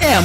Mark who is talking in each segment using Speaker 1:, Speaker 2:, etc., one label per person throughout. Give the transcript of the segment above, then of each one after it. Speaker 1: M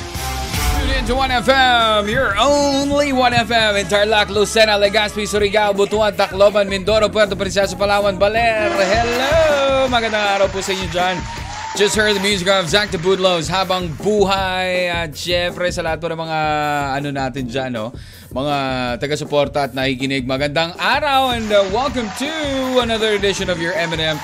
Speaker 2: Tune in to 1FM, your only 1FM in Tarlac, Lucena, Legazpi, Surigao, Butuan, Tacloban, Mindoro, Puerto Princesa, Palawan, Baler. Hello! Magandang araw po sa inyo dyan. Just heard the music of Zach Tabudlos, Habang Buhay, at syempre sa lahat po ng mga ano natin dyan, no? mga taga-suporta at nakikinig. Magandang araw and uh, welcome to another edition of your M&M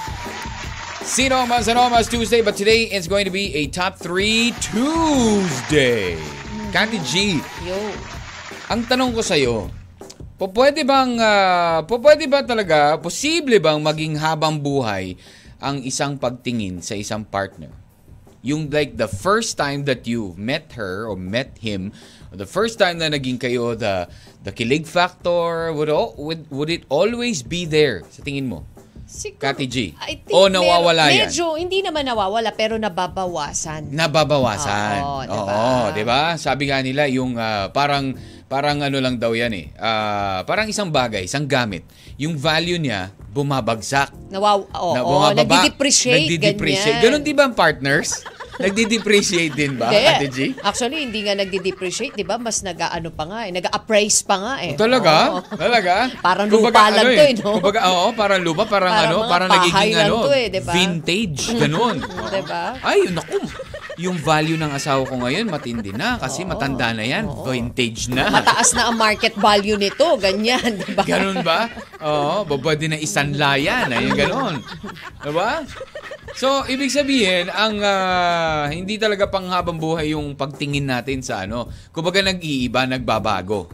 Speaker 2: Sinomas and Omas Tuesday, but today is going to be a top 3 Tuesday. Candy G,
Speaker 3: Yo.
Speaker 2: ang tanong ko sa'yo, po pwede bang, ah, po pwede ba talaga, posible bang maging habang buhay ang isang pagtingin sa isang partner? Yung like the first time that you met her or met him, the first time na naging kayo, the, the kilig factor, would, al- would, would it always be there sa tingin mo?
Speaker 3: Siguro,
Speaker 2: Kati G.
Speaker 3: I think
Speaker 2: O nawawala
Speaker 3: medyo,
Speaker 2: yan?
Speaker 3: Medyo, hindi naman nawawala, pero nababawasan.
Speaker 2: nababawasan.
Speaker 3: Oo,
Speaker 2: Oo,
Speaker 3: diba?
Speaker 2: di ba? Sabi nga nila yung ah, parang parang ano lang daw yan eh. Ah, parang isang bagay, isang gamit. Yung value niya bumabagsak.
Speaker 3: Nawaw, oo,
Speaker 2: na
Speaker 3: oo,
Speaker 2: bumababa.
Speaker 3: nagdi-depreciate,
Speaker 2: Nagdi-depreciate. Ganun
Speaker 3: ganyan.
Speaker 2: di ba ang partners? Nagdi-depreciate din ba,
Speaker 3: Hindi.
Speaker 2: Ate G?
Speaker 3: Actually, hindi nga nagdi-depreciate, di ba? Mas nag-ano pa nga eh, nag-appraise pa nga eh.
Speaker 2: Talaga?
Speaker 3: Oo.
Speaker 2: Talaga? ano
Speaker 3: Parang lupa lang to eh, no?
Speaker 2: Kumbaga, oo, parang lupa, parang,
Speaker 3: Parang
Speaker 2: ano,
Speaker 3: mga
Speaker 2: parang
Speaker 3: pahay
Speaker 2: nagiging
Speaker 3: lang
Speaker 2: ano,
Speaker 3: to eh, diba?
Speaker 2: vintage, ganun. Oo.
Speaker 3: Diba?
Speaker 2: Ay, naku, yung value ng asawa ko ngayon matindi na kasi matanda na yan, vintage na.
Speaker 3: Mataas na ang market value nito, ganyan, di ba?
Speaker 2: Ganun ba? Oo, ba- pwede na isanla yan. Ayun, ganun. Diba? So, ibig sabihin, ang ah, hindi talaga panghabang buhay yung pagtingin natin sa ano. Kumbaga nag-iiba, nagbabago.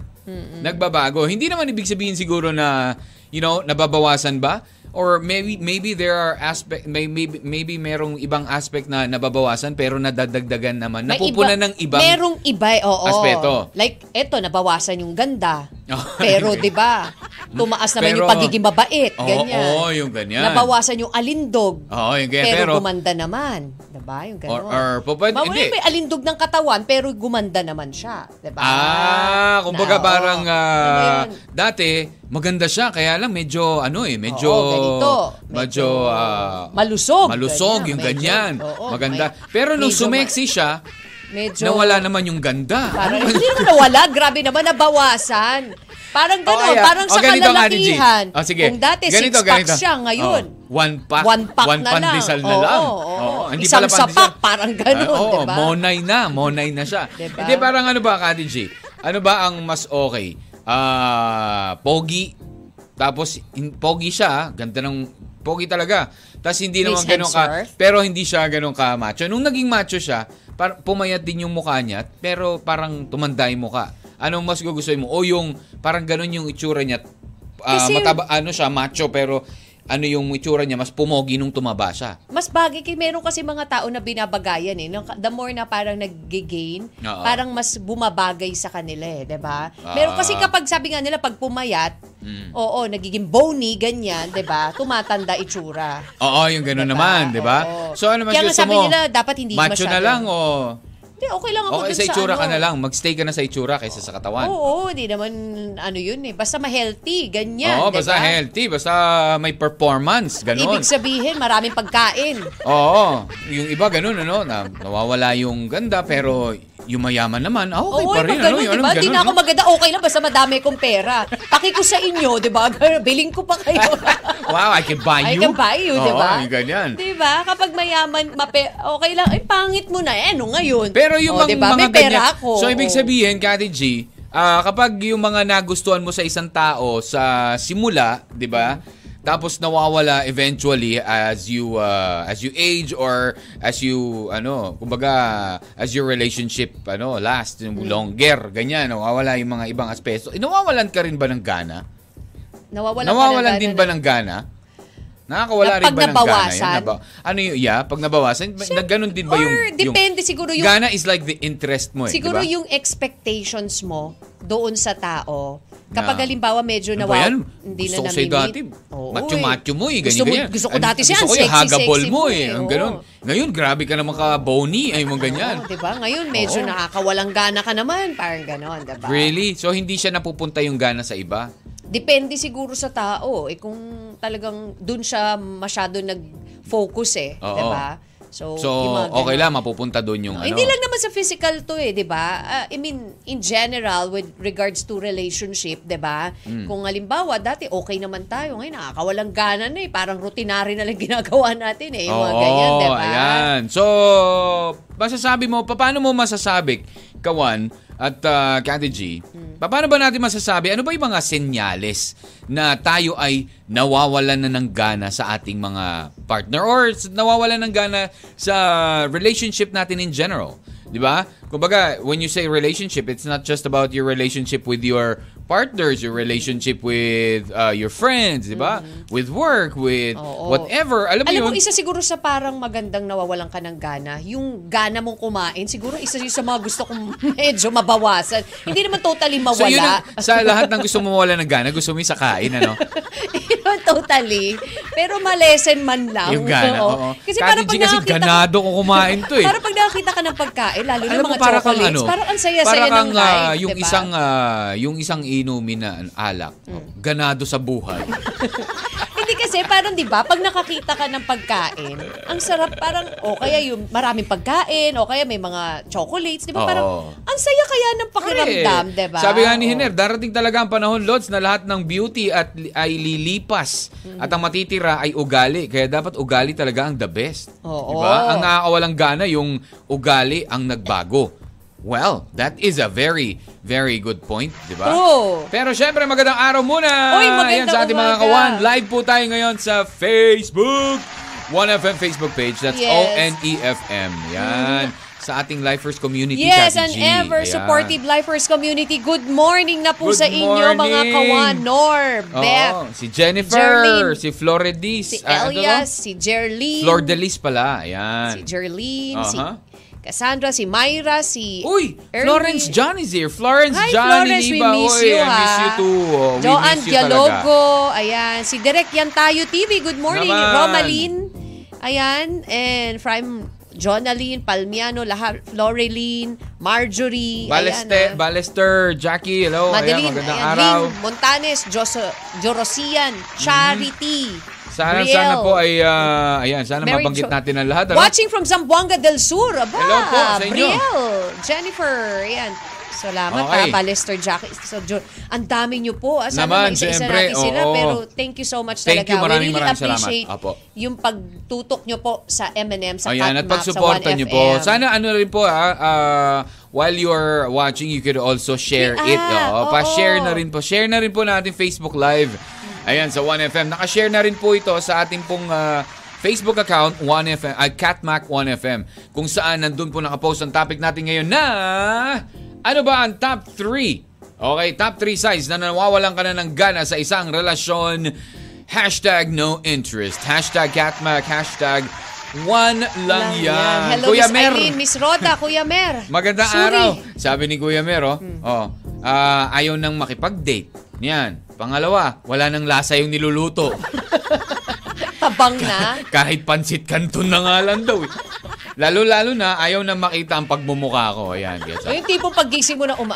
Speaker 2: Nagbabago. Hindi naman ibig sabihin siguro na, you know, nababawasan ba? Or maybe maybe there are aspect may, maybe maybe merong ibang aspect na nababawasan pero nadadagdagan naman.
Speaker 3: May
Speaker 2: Napupunan ng ibang
Speaker 3: Merong iba, eh, oo.
Speaker 2: aspeto.
Speaker 3: Like, eto, nabawasan yung ganda.
Speaker 2: Oh,
Speaker 3: pero, di ba, tumaas naman
Speaker 2: Pero-
Speaker 3: yung pagiging mabait,
Speaker 2: Oo,
Speaker 3: ganyan.
Speaker 2: oo, yung ganyan.
Speaker 3: Nabawasan yung alindog.
Speaker 2: Oo, yung ganyan.
Speaker 3: Pero,
Speaker 2: Pero-
Speaker 3: gumanda naman. Di ba, yung
Speaker 2: or
Speaker 3: gano'n.
Speaker 2: or po- pwede-
Speaker 3: Bawal
Speaker 2: hindi.
Speaker 3: may alindog ng katawan, pero gumanda naman siya. Di ba?
Speaker 2: Ah, kumbaga
Speaker 3: Na, oo.
Speaker 2: parang ah,
Speaker 3: Ano yun?
Speaker 2: dati maganda siya kaya lang medyo ano eh, medyo
Speaker 3: Oo, ganito.
Speaker 2: medyo,
Speaker 3: Medyo,
Speaker 2: ah,
Speaker 3: malusog,
Speaker 2: Malusog
Speaker 3: ganyan,
Speaker 2: yung
Speaker 3: medyo,
Speaker 2: ganyan.
Speaker 3: oo,
Speaker 2: maganda.
Speaker 3: may-
Speaker 2: Pero nung
Speaker 3: medyo
Speaker 2: sumeksi siya,
Speaker 3: medyo,
Speaker 2: nawala naman yung ganda. Ano
Speaker 3: Parang, hindi naman nawala. Grabe naman, nabawasan. Parang gano'n,
Speaker 2: Oh, ayan.
Speaker 3: parang
Speaker 2: Oh,
Speaker 3: sa
Speaker 2: ganito ang Ate G.
Speaker 3: kalalakihan.
Speaker 2: Oh, sige.
Speaker 3: Kung dati
Speaker 2: Ganito,
Speaker 3: six pack
Speaker 2: ganito.
Speaker 3: siya, ngayon.
Speaker 2: Oh, one pack.
Speaker 3: One pack
Speaker 2: One
Speaker 3: na
Speaker 2: pandesal
Speaker 3: lang.
Speaker 2: na lang.
Speaker 3: Oo, oo, oo.
Speaker 2: Oo, hindi
Speaker 3: Isang
Speaker 2: pala pandesal.
Speaker 3: sapak, parang ganun, diba?
Speaker 2: Ah, oo,
Speaker 3: di ba?
Speaker 2: monay na, monay na siya.
Speaker 3: Di ba?
Speaker 2: Hindi, parang ano ba, Kati G? Ano ba ang mas okay? Ah, pogi. Tapos, in, pogi siya. ah. Ganda ng Pogi talaga. Tapos hindi
Speaker 3: Chris
Speaker 2: naman ganun ka.
Speaker 3: Hemsworth.
Speaker 2: Pero hindi siya ganun ka macho. Nung naging macho siya, par- pumayat din yung mukha niya. Pero parang tumanda yung mukha. Anong mas gugustuhin mo? O yung parang ganun yung itsura niya. Ah,
Speaker 3: Kasi-
Speaker 2: mataba, ano siya, macho. Pero ano yung itsura niya, mas pumogi nung tumaba siya.
Speaker 3: Mas bagay kay meron kasi mga tao na binabagayan eh. Nang- The more na parang nag-gain,
Speaker 2: Oo.
Speaker 3: parang mas bumabagay sa kanila eh, 'di ba?
Speaker 2: Ah. Mm.
Speaker 3: Meron kasi kapag sabi nga nila pag pumayat, oo, nagiging bony ganyan, 'di ba? Tumatanda itsura.
Speaker 2: Oo, yung ganun
Speaker 3: Diba?
Speaker 2: naman, di ba?
Speaker 3: Oo.
Speaker 2: So ano mas
Speaker 3: Kaya nga
Speaker 2: gusto
Speaker 3: sabi
Speaker 2: mo?
Speaker 3: nila, dapat hindi
Speaker 2: macho na
Speaker 3: masyado.
Speaker 2: lang o
Speaker 3: Hindi okay lang ako
Speaker 2: okay
Speaker 3: dun
Speaker 2: sa itsura
Speaker 3: ano.
Speaker 2: ka na lang, magstay ka na sa itsura kaysa sa katawan.
Speaker 3: Oo, di naman ano 'yun eh. Basta ma-healthy ganyan,
Speaker 2: Oo,
Speaker 3: 'di
Speaker 2: basta
Speaker 3: ba?
Speaker 2: healthy, basta may performance, ganun.
Speaker 3: Ibig sabihin, maraming pagkain.
Speaker 2: Oo, yung iba ganun ano, na, nawawala yung ganda pero yung mayaman naman, ah, okay
Speaker 3: Oo,
Speaker 2: pa
Speaker 3: pag
Speaker 2: rin. ano,
Speaker 3: ganun,
Speaker 2: yung
Speaker 3: di
Speaker 2: ano,
Speaker 3: ba? Di
Speaker 2: ganun,
Speaker 3: na ako
Speaker 2: no?
Speaker 3: maganda, okay lang, basta madami kong pera. Paki ko sa inyo, di ba? Biling ko pa kayo.
Speaker 2: Wow, I can buy
Speaker 3: I
Speaker 2: you.
Speaker 3: can buy you, diba? di ba?
Speaker 2: Oo, yung ganyan.
Speaker 3: Di ba? Kapag mayaman, mape, okay lang. Ay, pangit mo na. Eh, ano ngayon?
Speaker 2: Pero yung
Speaker 3: O,
Speaker 2: mga,
Speaker 3: di ba?
Speaker 2: mga
Speaker 3: diba? May pera
Speaker 2: ganyan-
Speaker 3: ako.
Speaker 2: So, ibig
Speaker 3: O.
Speaker 2: sabihin, Kati G, ah, kapag yung mga nagustuhan mo sa isang tao sa simula, di ba? Tapos nawawala eventually as you ah, as you age or as you ano, kumbaga as your relationship ano last
Speaker 3: Hmm.
Speaker 2: yung longer ganyan nawawala yung mga ibang aspeto. Eh, nawawalan ka rin ba ng gana?
Speaker 3: nawawalan, ka na
Speaker 2: nawawalan
Speaker 3: gana
Speaker 2: din
Speaker 3: na-
Speaker 2: ba ng gana? Nakakawala
Speaker 3: Na-
Speaker 2: rin ba ng
Speaker 3: pag
Speaker 2: gana yun?
Speaker 3: nabawasan?
Speaker 2: Naba- ano yung, yeah, pag nabawasan,
Speaker 3: Sure.
Speaker 2: nagganon din ba
Speaker 3: Or
Speaker 2: yung...
Speaker 3: depende siguro yung-
Speaker 2: Gana is like the interest mo eh,
Speaker 3: Siguro
Speaker 2: di ba?
Speaker 3: yung expectations mo doon sa tao, kapag
Speaker 2: Na-
Speaker 3: halimbawa medyo
Speaker 2: Ano ba
Speaker 3: nawaw,
Speaker 2: yan?
Speaker 3: hindi
Speaker 2: gusto
Speaker 3: na
Speaker 2: ko sa'yo
Speaker 3: namimit.
Speaker 2: dati.
Speaker 3: Oo,
Speaker 2: Macho-macho mo eh. Ganyan,
Speaker 3: gusto, mo-
Speaker 2: ganyan.
Speaker 3: Gusto ko dati
Speaker 2: Ay,
Speaker 3: siya, ang
Speaker 2: Gusto ko yung hagabol
Speaker 3: sexy-sexy
Speaker 2: mo eh. Ang
Speaker 3: oo.
Speaker 2: ganun. Ngayon, grabe ka naman ka bony. Ay, mga ganyan.
Speaker 3: Oo, diba? Ngayon, medyo
Speaker 2: Oo.
Speaker 3: nakakawalang gana ka naman. Parang ganon, diba?
Speaker 2: Really? So, hindi siya napupunta yung gana sa iba?
Speaker 3: Depende siguro sa tao. Eh, kung talagang doon siya masyado nag-focus eh.
Speaker 2: Oo.
Speaker 3: Diba? So,
Speaker 2: So,
Speaker 3: yung mga
Speaker 2: okay
Speaker 3: ganon.
Speaker 2: lang, mapupunta doon yung ano.
Speaker 3: Hindi lang naman sa physical to eh, 'di ba? Ah, I mean, in general with regards to relationship, 'di ba?
Speaker 2: Hmm.
Speaker 3: Kung halimbawa dati okay naman tayo, ngayon nakakawalang gana na eh, parang rutinary na lang ginagawa natin eh, yung mga ganyan, 'di ba?
Speaker 2: ayan. So, masasabi mo, pa- paano mo masasabi, Kawan at uh, Kati G,
Speaker 3: Hmm.
Speaker 2: pa- paano ba natin masasabi, ano ba yung mga senyales na tayo ay nawawalan na ng gana sa ating mga partner or s- nawawalan ng gana sa relationship natin in general? Di ba? Kumbaga, when you say relationship, it's not just about your relationship with your partners, your relationship with uh, your friends, di ba? With work, with
Speaker 3: Mm-hmm. Oo.
Speaker 2: whatever. Alam mo
Speaker 3: Alam mo,
Speaker 2: yun?
Speaker 3: isa siguro sa parang magandang nawawalan ka ng gana, yung gana mong kumain, siguro isa yun sa mga gusto kong medyo mabawasan. Hindi naman totally
Speaker 2: So
Speaker 3: mawala.
Speaker 2: yun, ang- sa lahat ng gusto mo mawala ng gana, gusto mo yung sa kain, ano?
Speaker 3: Hindi naman totally. Pero malesen man lang.
Speaker 2: Yung gana,
Speaker 3: Ah, Oo.
Speaker 2: oo.
Speaker 3: Kasi
Speaker 2: Kati
Speaker 3: parang
Speaker 2: G
Speaker 3: pag
Speaker 2: kasi
Speaker 3: nakakita
Speaker 2: ganado ko kumain to eh.
Speaker 3: parang pag nakakita ka ng pagkain, lalo na
Speaker 2: Alam mo,
Speaker 3: mga
Speaker 2: para kang
Speaker 3: chocolates,
Speaker 2: ano,
Speaker 3: parang ang saya-saya
Speaker 2: para kang,
Speaker 3: ng
Speaker 2: ah,
Speaker 3: life,
Speaker 2: yung
Speaker 3: diba? Mm.
Speaker 2: isang ah, yung isang inumin na alak, ganado sa buhay.
Speaker 3: Hindi kasi, parang di ba, pag nakakita ka ng pagkain, ang sarap parang, o kaya yung maraming pagkain, o kaya may mga chocolates, di ba?
Speaker 2: Oo.
Speaker 3: Parang, ang saya kaya ng pakiramdam,
Speaker 2: Eh,
Speaker 3: di ba?
Speaker 2: Sabi nga ni
Speaker 3: diba? Oo.
Speaker 2: Hiner, darating talaga ang panahon, Lods, na lahat ng beauty at li- ay lilipas.
Speaker 3: Mm.
Speaker 2: At ang matitira ay ugali. Kaya dapat ugali talaga ang the best.
Speaker 3: Oo.
Speaker 2: Diba? Ang nakakawalang gana, yung ugali ang nagbago. Well, that is a very, very good point, di ba?
Speaker 3: True.
Speaker 2: Pero syempre, magandang araw muna.
Speaker 3: Uy,
Speaker 2: Ayan,
Speaker 3: magandang
Speaker 2: sa ating mga
Speaker 3: umaga.
Speaker 2: kawan. Live po tayo ngayon sa Facebook. 1FM Facebook page. That's
Speaker 3: Yes. Mm.
Speaker 2: O-N-E-F-M. Yan. Sa ating Lifers community,
Speaker 3: Yes,
Speaker 2: Kati
Speaker 3: and
Speaker 2: G.
Speaker 3: ever
Speaker 2: Ayan.
Speaker 3: supportive Lifers community. Good morning na po
Speaker 2: Good
Speaker 3: sa inyo, mga
Speaker 2: morning.
Speaker 3: kawan. Nor,
Speaker 2: Oo,
Speaker 3: Beth,
Speaker 2: Oh, si Jennifer,
Speaker 3: Jerlyn,
Speaker 2: si Floredis,
Speaker 3: si
Speaker 2: ah, ano to?
Speaker 3: Elias, si Jerlyn,
Speaker 2: Flordelis pala, ayan.
Speaker 3: si Jerlyn, si
Speaker 2: Aha.
Speaker 3: Cassandra, si Myra, si
Speaker 2: Uy,
Speaker 3: Ernie.
Speaker 2: Florence John is here. Florence
Speaker 3: Hi,
Speaker 2: John
Speaker 3: Florence, we
Speaker 2: Iliba.
Speaker 3: miss
Speaker 2: Uy,
Speaker 3: you,
Speaker 2: I miss
Speaker 3: ha?
Speaker 2: you too. Oh, we miss
Speaker 3: Joanne
Speaker 2: you talaga.
Speaker 3: Dialogo, ayan. Si Direk Yan Tayo TV, good morning.
Speaker 2: Naman.
Speaker 3: Romaline, ayan. And from Jonaline, Palmiano, lahat, Floreline, Marjorie,
Speaker 2: Balester,
Speaker 3: ayan. ah.
Speaker 2: Balester, Jackie, hello.
Speaker 3: Madeline,
Speaker 2: oh, ayan, magandang
Speaker 3: ayan,
Speaker 2: araw.
Speaker 3: Lynn, Montanes, Joso, Jorosian, Charity,
Speaker 2: Mm-hmm. Sana,
Speaker 3: Riel.
Speaker 2: sana po ay, ah, ayan, sana
Speaker 3: Mary
Speaker 2: mabanggit
Speaker 3: Jo-
Speaker 2: natin ang lahat. Ano?
Speaker 3: Watching from Zamboanga del Sur. Aba,
Speaker 2: Hello po sa inyo.
Speaker 3: Briel, Jennifer, ayan. Salamat
Speaker 2: Okay.
Speaker 3: ha, Balester Jack. So, Jo- ang dami niyo po. Ah, Sana
Speaker 2: Naman,
Speaker 3: maisa-isa
Speaker 2: syempre,
Speaker 3: natin sila.
Speaker 2: oo.
Speaker 3: Pero thank you so much
Speaker 2: Thank you,
Speaker 3: talaga.
Speaker 2: maraming
Speaker 3: We really
Speaker 2: maraming salamat.
Speaker 3: appreciate
Speaker 2: Apo.
Speaker 3: yung pagtutok niyo po sa M&M, sa
Speaker 2: Ayan, at
Speaker 3: Catmap, sa 1FM.
Speaker 2: pagsuporta niyo po. Sana ano rin po, ah, ah, while you're watching, you could also share
Speaker 3: Ah,
Speaker 2: it. Oo,
Speaker 3: oo.
Speaker 2: Pa-share na rin po. Share na rin po na ating Facebook Live. Ayan, sa 1FM. Nakashare na rin po ito sa ating pong ah, Facebook account, 1FM, ah, Catmac 1FM, kung saan nandun po nakapost ang topic natin ngayon na ano ba ang top 3? Okay, top 3 signs na nawawalan ka na ng gana sa isang relasyon. Hashtag no interest. Hashtag Catmac. Hashtag one lang
Speaker 3: Lang
Speaker 2: yan.
Speaker 3: yan. Hello,
Speaker 2: Kuya
Speaker 3: Miss
Speaker 2: Mer.
Speaker 3: Irene, Miss Roda, Kuya Mer.
Speaker 2: Magandang
Speaker 3: Suri. Hmm.
Speaker 2: araw. Sabi ni Kuya Mer, oh. oh ah, ayaw nang makipag-date. Yan. Pangalawa, wala nang lasa yung niluluto.
Speaker 3: Tabang na.
Speaker 2: Kahit pansit kanton na nga lang daw. eh. Lalo-lalo na, ayaw nang makita ang pagmumukha ko. Ayan, gets
Speaker 3: Yung tipong paggising mo na uma...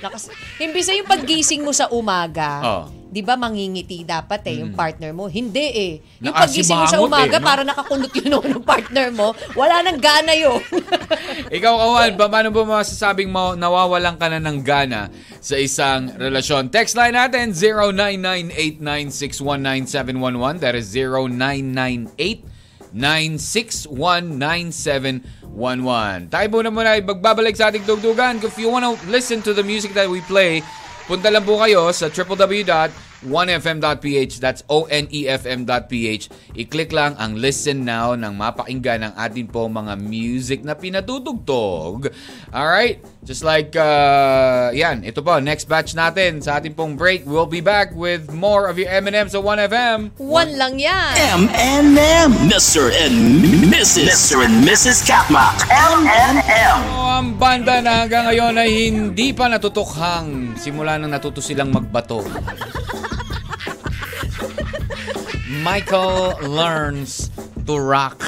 Speaker 3: Nakas... Imbis na yung paggising mo sa umaga,
Speaker 2: Oo.
Speaker 3: di ba mangingiti dapat eh, yung partner mo. Hindi eh. Yung
Speaker 2: Naasimangot
Speaker 3: paggising mo sa
Speaker 2: Hmm. eh,
Speaker 3: umaga,
Speaker 2: no?
Speaker 3: para nakakunot yun noon ng partner mo, wala nang gana yun.
Speaker 2: Ikaw, Kawan, pa- paano ba masasabing ma- nawawalan ka na ng gana sa isang relasyon? Text line natin, 099896197111. That is 099896197111. Tayo muna muna ay magbabalik sa ating dugdugan. If you wanna listen to the music that we play, punta lang po kayo sa www.1fm.ph That's E O-N-E-F-M.ph I-click lang ang Listen Now nang mapakinggan ang atin po mga music na pinatutugtog. Alright? Just like, uh, yan, ito po, next batch natin sa ating pong break. We'll be back with more of your M&M sa 1FM.
Speaker 3: One lang
Speaker 2: Eh.
Speaker 1: M
Speaker 3: yan.
Speaker 1: and M. Mr. and Mrs. Mr. and Mrs. Katma.
Speaker 4: M and M.
Speaker 2: Oh, ang banda na hanggang ngayon ay hindi pa natutukhang simula nang natuto silang magbato. Michael learns to rock.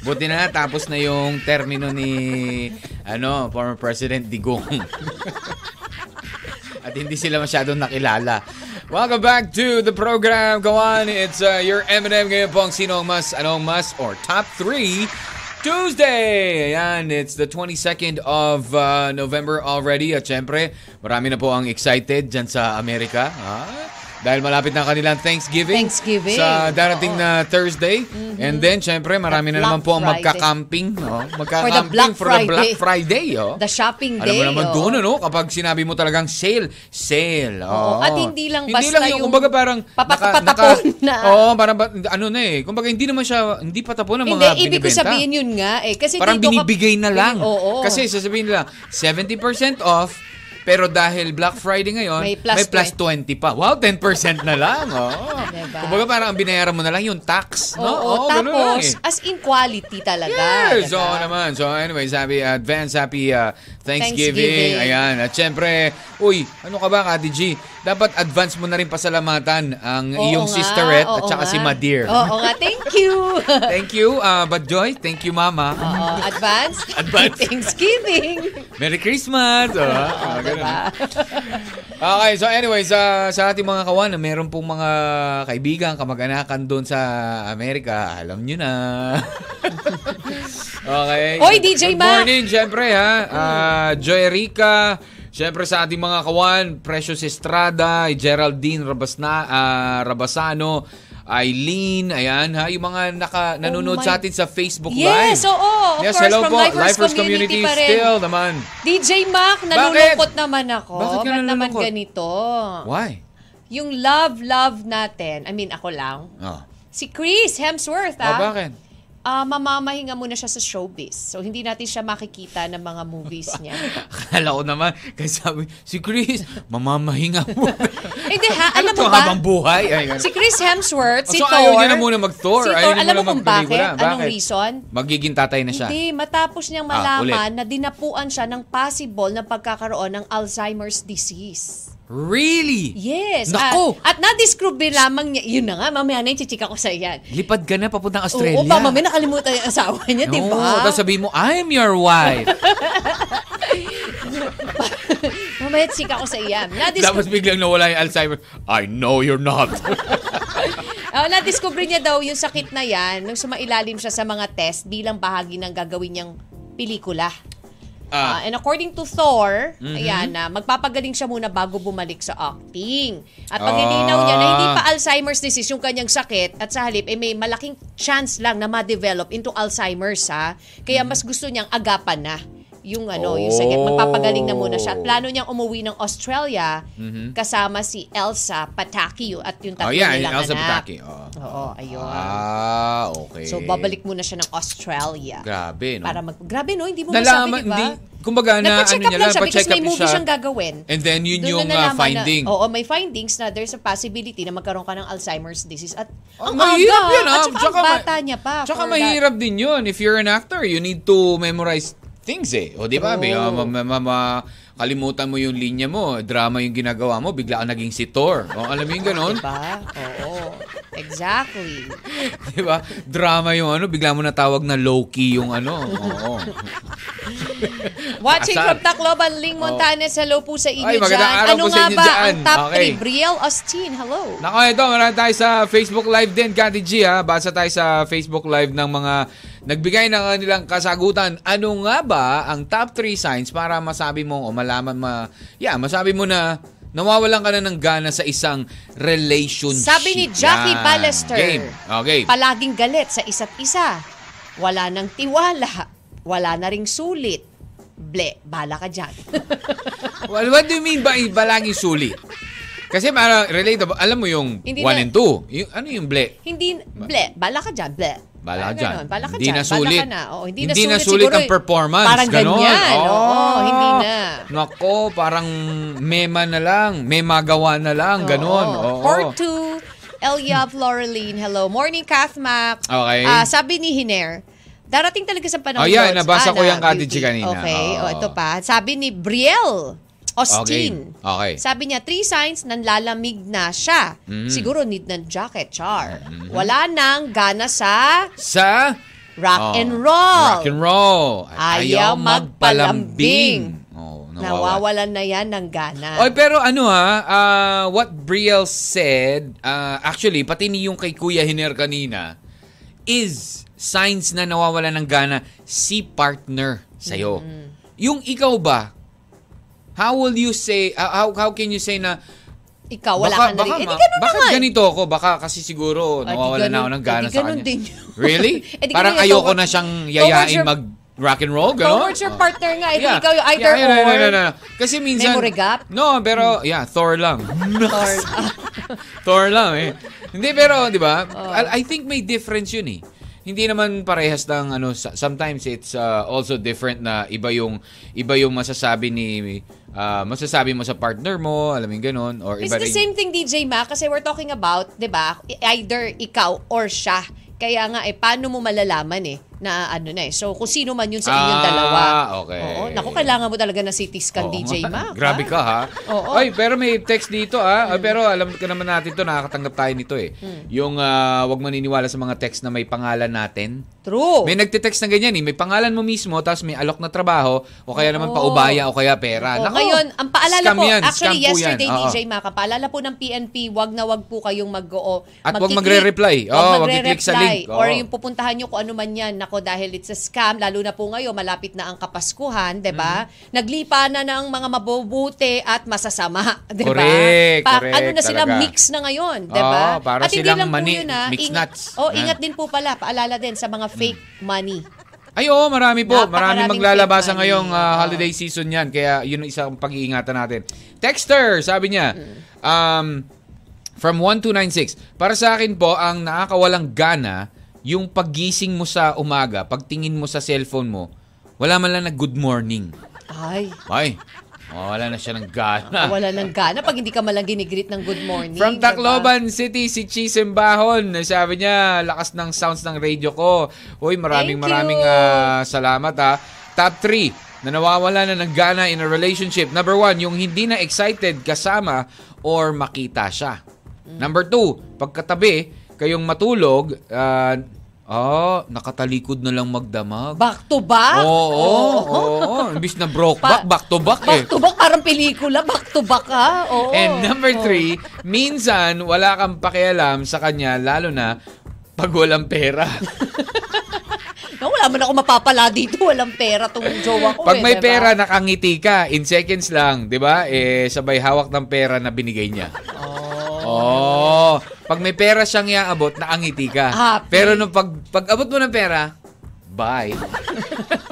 Speaker 2: Buti na tapos na yung termino ni ano, former President Digong. At hindi sila masyadong nakilala. Welcome back to the program. Go on, it's uh, your M&M ngayon pong Sino ang Mas, Anong Mas, or Top 3 Tuesday! Ayan, it's the 22nd of uh, November already. At syempre, marami na po ang excited dyan sa Amerika. Ha? Dahil malapit na kanilang Thanksgiving.
Speaker 3: Thanksgiving.
Speaker 2: Sa darating
Speaker 3: Oo.
Speaker 2: na uh, Thursday. And then, syempre, marami na naman
Speaker 3: Mm-hmm. Black
Speaker 2: po ang
Speaker 3: Friday.
Speaker 2: magka-camping. Oh,
Speaker 3: For the Black
Speaker 2: magka-camping for the Black Friday. oh.
Speaker 3: The shopping
Speaker 2: Alam
Speaker 3: day.
Speaker 2: mo naman
Speaker 3: oh.
Speaker 2: doon, ano, kapag sinabi mo talagang sale, sale.
Speaker 3: Oo.
Speaker 2: oo.
Speaker 3: At hindi lang basta
Speaker 2: lang
Speaker 3: yung
Speaker 2: kumbaga parang...
Speaker 3: papatapon na.
Speaker 2: Oo, parang ba- ano na eh. Kumbaga hindi naman siya, hindi patapon ang mga
Speaker 3: Hindi, ibig ko
Speaker 2: binibenta.
Speaker 3: sabihin yun nga eh. Kasi
Speaker 2: parang
Speaker 3: dito ka-
Speaker 2: binibigay na lang.
Speaker 3: Oo.
Speaker 2: Kasi sasabihin nila, 70% off, pero dahil Black Friday ngayon,
Speaker 3: May plus
Speaker 2: 20 pa. Wow, 10% na lang. Oh.
Speaker 3: Diba?
Speaker 2: Kumbaga parang ang binayaran mo na lang yung tax.
Speaker 3: Oo,
Speaker 2: no? Oo, ganun lang
Speaker 3: tapos,
Speaker 2: eh.
Speaker 3: as in quality talaga.
Speaker 2: Yes!
Speaker 3: diba?
Speaker 2: Oo naman. So anyway, sabi, advance happy uh, Thanksgiving.
Speaker 3: Thanksgiving.
Speaker 2: Ayan. At syempre, uy, ano ka ba, Kati G? Dapat advance mo na rin pasalamatan ang
Speaker 3: Oo
Speaker 2: iyong
Speaker 3: nga,
Speaker 2: sisterette at
Speaker 3: oo
Speaker 2: saka
Speaker 3: nga.
Speaker 2: si Madir.
Speaker 3: Oo nga, thank you.
Speaker 2: Thank you, uh, Bad Joy. Thank you, Mama.
Speaker 3: Oo, advance.
Speaker 2: Advance.
Speaker 3: Thanksgiving.
Speaker 2: Merry Christmas! Oh,
Speaker 3: Oo,
Speaker 2: ah, ganun.
Speaker 3: diba?
Speaker 2: Okay, so anyway, sa, sa ating mga kawan, meron pong mga kaibigan, kamag-anakan doon sa Amerika, alam nyo na. okay.
Speaker 3: Oy, DJ
Speaker 2: Good
Speaker 3: Mac!
Speaker 2: morning, syempre ha. Ah, Joy Rica, syempre sa ating mga kawan, Precious Estrada, Geraldine Rabasna, ah, Rabasano, Eileen, ayan ha, yung mga naka, nanonood
Speaker 3: Oh my-
Speaker 2: sa atin sa Facebook Oh, Live.
Speaker 3: Yes, oo, of
Speaker 2: yes,
Speaker 3: course,
Speaker 2: hello
Speaker 3: from
Speaker 2: po.
Speaker 3: Lifers Community pa rin.
Speaker 2: still naman.
Speaker 3: DJ Mac, nalulungkot naman ako.
Speaker 2: Bakit ka
Speaker 3: naman
Speaker 2: nalulungkot?
Speaker 3: ganito?
Speaker 2: Why?
Speaker 3: Yung love, love natin. I mean, ako lang.
Speaker 2: Oh.
Speaker 3: Si Chris Hemsworth,
Speaker 2: Oh,
Speaker 3: ah.
Speaker 2: bakit?
Speaker 3: ah, mamamahinga muna siya sa showbiz. So, hindi natin siya makikita ng mga movies niya.
Speaker 2: Akala ko naman, kasi sabi, si Chris, mamamahinga mo.
Speaker 3: Hindi ha,
Speaker 2: Ano
Speaker 3: alam
Speaker 2: to,
Speaker 3: mo ba?
Speaker 2: Habang buhay. Ay, ganun.
Speaker 3: Si Chris Hemsworth, si
Speaker 2: so,
Speaker 3: Thor.
Speaker 2: ayaw niya na muna mag-Thor.
Speaker 3: Si
Speaker 2: ayaw
Speaker 3: Thor,
Speaker 2: niya
Speaker 3: alam mo
Speaker 2: muna
Speaker 3: kung bakit?
Speaker 2: magpelikula.
Speaker 3: Anong reason?
Speaker 2: Magiging tatay na siya.
Speaker 3: Hindi, matapos niyang
Speaker 2: Ah,
Speaker 3: malaman na dinapuan siya ng possible na pagkakaroon ng Alzheimer's disease.
Speaker 2: Really?
Speaker 3: Yes.
Speaker 2: Naku!
Speaker 3: At, at na-discover lamang niya, yun na nga, mamaya na yung chichika ko sa iyan.
Speaker 2: Lipad ka na papuntang Australia.
Speaker 3: Oo, baka mamaya nakalimutan yung asawa niya, di
Speaker 2: Oo,
Speaker 3: ba?
Speaker 2: tapos sabihin mo, I'm your wife.
Speaker 3: mamaya chika ko sa iyan.
Speaker 2: tapos
Speaker 3: Na-discover,
Speaker 2: biglang nawala yung Alzheimer. I know you're not.
Speaker 3: oh, na-discover niya daw yung sakit na yan nung sumailalim siya sa mga test bilang bahagi ng gagawin niyang pelikula.
Speaker 2: ah,
Speaker 3: Ah,
Speaker 2: Mm-hmm.
Speaker 3: and according to Thor, ayan na, magpapagaling siya muna bago bumalik sa acting. At
Speaker 2: Ah.
Speaker 3: pag nilinaw niya na hindi pa Alzheimer's disease yung kanyang sakit at sa halip, eh, may malaking chance lang na ma-develop into Alzheimer's ha. Kaya mas gusto niyang agapan na yung ano, yung sakit.
Speaker 2: Oh.
Speaker 3: Magpapagaling na muna siya. At plano niyang umuwi ng Australia kasama si Elsa Pataki yun- at yung tatlo
Speaker 2: Mm-hmm. oh, yeah,
Speaker 3: nilang
Speaker 2: Elsa
Speaker 3: anak.
Speaker 2: Pataki. Oo.
Speaker 3: Oo, ayun.
Speaker 2: Oh. Ah, okay.
Speaker 3: So, babalik muna siya ng Australia.
Speaker 2: Grabe, no?
Speaker 3: Para mag... Grabe, no? Hindi mo
Speaker 2: Nalaman,
Speaker 3: masabi, di ba?
Speaker 2: hindi, kumbaga na, ano niya
Speaker 3: Nagpa-check up lang
Speaker 2: lang,
Speaker 3: siya because
Speaker 2: pa-check up
Speaker 3: may movie
Speaker 2: siya.
Speaker 3: siyang gagawin.
Speaker 2: And then yun
Speaker 3: Doon
Speaker 2: yung
Speaker 3: na
Speaker 2: uh,
Speaker 3: nalaman
Speaker 2: finding.
Speaker 3: Na, oo, may findings na there's a possibility na magkaroon ka ng Alzheimer's disease. At ang
Speaker 2: mahirap
Speaker 3: aga,
Speaker 2: yan, ah.
Speaker 3: at saka, ang
Speaker 2: ma-
Speaker 3: bata niya pa.
Speaker 2: Tsaka
Speaker 3: for
Speaker 2: mahirap din yun. If you're an actor, you need to memorize things eh. O di ba? May,
Speaker 3: True.
Speaker 2: uh, ma- ma- ma- ma- kalimutan mo yung linya mo, drama yung ginagawa mo, bigla ka naging si Thor. O, alam mo yung
Speaker 3: that.
Speaker 2: ganun?
Speaker 3: Diba? Oo. Exactly.
Speaker 2: di ba? Drama yung ano, bigla mo natawag na Loki yung ano. Oo.
Speaker 3: Watching
Speaker 2: Asal.
Speaker 3: from Tacloban, Ling Montanes, hello po sa inyo
Speaker 2: Oh. Ay, magandang
Speaker 3: dyan.
Speaker 2: araw
Speaker 3: ano
Speaker 2: po sa
Speaker 3: nga
Speaker 2: inyo
Speaker 3: ba
Speaker 2: dyan.
Speaker 3: ang top
Speaker 2: Okay.
Speaker 3: 3? Brielle Austin, hello.
Speaker 2: Nako, ito, meron tayo sa Facebook Live din, Kati G, ha? Basa tayo sa Facebook Live ng mga nagbigay ng kanilang kasagutan. Ano nga ba ang top 3 signs para masabi mo o malaman ma... Yeah, masabi mo na nawawalan ka na ng gana sa isang relationship.
Speaker 3: Sabi ni Jackie
Speaker 2: Yan.
Speaker 3: Ballester,
Speaker 2: Game. Okay.
Speaker 3: palaging galit sa isa't isa. Wala nang tiwala. Wala na ring sulit. Ble, bala ka dyan.
Speaker 2: well, what do you mean by palaging sulit? Kasi parang relatable. Alam mo yung 1
Speaker 3: Hindi na-
Speaker 2: and 2. Yung, ano yung ble?
Speaker 3: Hindi, ble, bala ka dyan, ble.
Speaker 2: Bala
Speaker 3: Parang
Speaker 2: dyan.
Speaker 3: ganon. Bala ka
Speaker 2: hindi
Speaker 3: dyan.
Speaker 2: na
Speaker 3: Bala
Speaker 2: sulit.
Speaker 3: ka na. Oo, hindi na
Speaker 2: hindi na
Speaker 3: sulit
Speaker 2: sulit
Speaker 3: siguro
Speaker 2: ang
Speaker 3: eh.
Speaker 2: performance.
Speaker 3: Parang
Speaker 2: ganon. Oh.
Speaker 3: ganyan. Oo, hindi na.
Speaker 2: Nako, parang mema na lang. Mema gawa na lang. Ganon.
Speaker 3: Oo.
Speaker 2: Oo.
Speaker 3: Or to Elia Floreline. Hello. Morning, Kathmak.
Speaker 2: Okay.
Speaker 3: Ah, sabi ni Hiner, darating talaga sa panahon.
Speaker 2: Oh, yeah,
Speaker 3: Lods.
Speaker 2: nabasa ko
Speaker 3: Ana,
Speaker 2: yung cottage
Speaker 3: beauty.
Speaker 2: kanina.
Speaker 3: Okay.
Speaker 2: Oo.
Speaker 3: Oh, ito pa. Sabi ni Brielle Austin.
Speaker 2: Okay. Okay. Mm.
Speaker 3: Sabi niya, three signs nanlalamig na siya. Siguro need ng jacket, char.
Speaker 2: Mm-hmm.
Speaker 3: Wala nang gana sa
Speaker 2: Sa
Speaker 3: rock
Speaker 2: oh,
Speaker 3: and roll.
Speaker 2: Rock and roll.
Speaker 3: Ayaw magpalambing.
Speaker 2: Oh, nawawa.
Speaker 3: Nawawalan na yan ng gana.
Speaker 2: Oy, pero ano ha, ah, what Brielle said, ah, actually, pati ni yung kay Kuya Hiner kanina, is signs na nawawala ng gana si partner sa'yo.
Speaker 3: Mm-hmm.
Speaker 2: Yung ikaw ba, how will you say, ah, how, how can you say na,
Speaker 3: Ikaw, wala ka na rin. Eh, di
Speaker 2: ma-
Speaker 3: ganun
Speaker 2: baka
Speaker 3: naman.
Speaker 2: ganito ako, baka kasi siguro
Speaker 3: Ah, di
Speaker 2: nawawala na
Speaker 3: ganun.
Speaker 2: ako ng gana
Speaker 3: Eh, di
Speaker 2: sa
Speaker 3: ganun
Speaker 2: kanya.
Speaker 3: din yun.
Speaker 2: Really?
Speaker 3: Eh, di
Speaker 2: Parang
Speaker 3: ganun yun.
Speaker 2: ayoko
Speaker 3: Towards-
Speaker 2: na siyang
Speaker 3: towards
Speaker 2: yayain
Speaker 3: your-
Speaker 2: mag rock and roll, gano'n?
Speaker 3: Towards your
Speaker 2: Oh.
Speaker 3: partner nga. Ito
Speaker 2: Yeah.
Speaker 3: ikaw yung either
Speaker 2: yeah, yeah,
Speaker 3: or.
Speaker 2: no, no, no, no. Kasi minsan...
Speaker 3: Memory gap?
Speaker 2: No, pero yeah, Thor lang.
Speaker 3: Or,
Speaker 2: Thor lang eh. Hindi, pero di ba?
Speaker 3: Oh.
Speaker 2: I- I think may difference yun eh. Hindi naman parehas ng ano sa- sometimes it's uh, also different na iba yung iba yung masasabi ni uh, masasabi mo sa partner mo, alam mo yung ganun or
Speaker 3: Ah, it's
Speaker 2: iba
Speaker 3: the
Speaker 2: rin-
Speaker 3: same thing, DJ Ma, kasi we're talking about, di ba, either ikaw or siya. Kaya nga, eh, paano mo malalaman eh, na ano na eh. So, kung sino man yun sa inyong
Speaker 2: Ah,
Speaker 3: dalawa.
Speaker 2: okay.
Speaker 3: Oo, naku, kailangan mo talaga na CT scan,
Speaker 2: Oo.
Speaker 3: DJ Ma.
Speaker 2: Grabe ka ha.
Speaker 3: Oo. Mm.
Speaker 2: Ay, pero may text dito ha. Ay, pero alam ka naman natin to, nakakatanggap tayo nito eh. Yung ah, wag maniniwala sa mga text na may pangalan natin.
Speaker 3: True.
Speaker 2: May nagte-text na ganyan eh. May pangalan mo mismo, tapos may alok na trabaho, o kaya naman
Speaker 3: Oo.
Speaker 2: paubaya, o kaya pera.
Speaker 3: O,
Speaker 2: Nako,
Speaker 3: Oh, ngayon, ang paalala
Speaker 2: Ah, scam
Speaker 3: po,
Speaker 2: yan,
Speaker 3: actually
Speaker 2: scam po
Speaker 3: yesterday,
Speaker 2: yan. Oo.
Speaker 3: DJ Maka, paalala po ng PNP, wag na wag po kayong mag o
Speaker 2: At wag
Speaker 3: magkiklik,
Speaker 2: magre-reply. Oo,
Speaker 3: wag
Speaker 2: wag i-click sa
Speaker 3: magre-reply.
Speaker 2: link. Oo.
Speaker 3: Or yung pupuntahan nyo kung ano man yan. Nako, dahil it's a scam, lalo na po ngayon, malapit na ang Kapaskuhan, di ba?
Speaker 2: Mm-hmm.
Speaker 3: Naglipa na ng mga mabubuti at masasama, di ba?
Speaker 2: Correct,
Speaker 3: Pa-
Speaker 2: correct,
Speaker 3: Ano na sila,
Speaker 2: talaga.
Speaker 3: mix na ngayon, di ba?
Speaker 2: Oo, para
Speaker 3: at hindi
Speaker 2: silang
Speaker 3: lang po
Speaker 2: mani,
Speaker 3: yun, ah.
Speaker 2: mix
Speaker 3: ingat,
Speaker 2: nuts.
Speaker 3: Oh,
Speaker 2: Ah.
Speaker 3: ingat din po pala, paalala din sa mga fake money.
Speaker 2: Ay, oo, marami po. Marami
Speaker 3: Napakaraming
Speaker 2: maglalabasa
Speaker 3: fake money.
Speaker 2: ngayong ah,
Speaker 3: Oo.
Speaker 2: holiday season yan. Kaya yun ang isang pag-iingatan natin. Texter, sabi niya,
Speaker 3: Mm.
Speaker 2: um, from 1296, para sa akin po, ang nakakawalang gana, yung paggising mo sa umaga, pagtingin mo sa cellphone mo, wala man lang na good morning.
Speaker 3: Ay,
Speaker 2: Ay, oh, wala na siya ng gana.
Speaker 3: wala ng gana pag hindi ka malang ginigreet ng good morning.
Speaker 2: Ah. From
Speaker 3: di ba?
Speaker 2: Tacloban City, si Chisem Bahon. Sabi niya, lakas ng sounds ng radio ko. Uy, maraming
Speaker 3: Thank you.
Speaker 2: maraming ah, salamat ha. Top 3 na nawawala na ng gana in a relationship. Number 1, yung hindi na excited kasama or makita siya.
Speaker 3: Mm.
Speaker 2: Number 2, pagkatabi, kayong matulog, ah, oh, nakatalikod na lang magdamag.
Speaker 3: Back to back?
Speaker 2: Oo, oo, oo. Imbis na broke back, back to back eh.
Speaker 3: Oh. Back to back, parang pelikula. Back to back ah. Oo.
Speaker 2: And um, number three, minsan wala kang pakialam sa kanya lalo na pag walang pera.
Speaker 3: No, wala man ako mapapala dito. Walang pera tong jowa ko.
Speaker 2: pag
Speaker 3: eh,
Speaker 2: may
Speaker 3: diba?
Speaker 2: pera, nakangiti ka. In seconds lang, di ba? Eh, sabay hawak ng pera na binigay niya. Oh. Pag may pera siyang iaabot, nakangiti ka.
Speaker 3: Happy.
Speaker 2: Pero nung pag, pag abot mo ng pera, bye.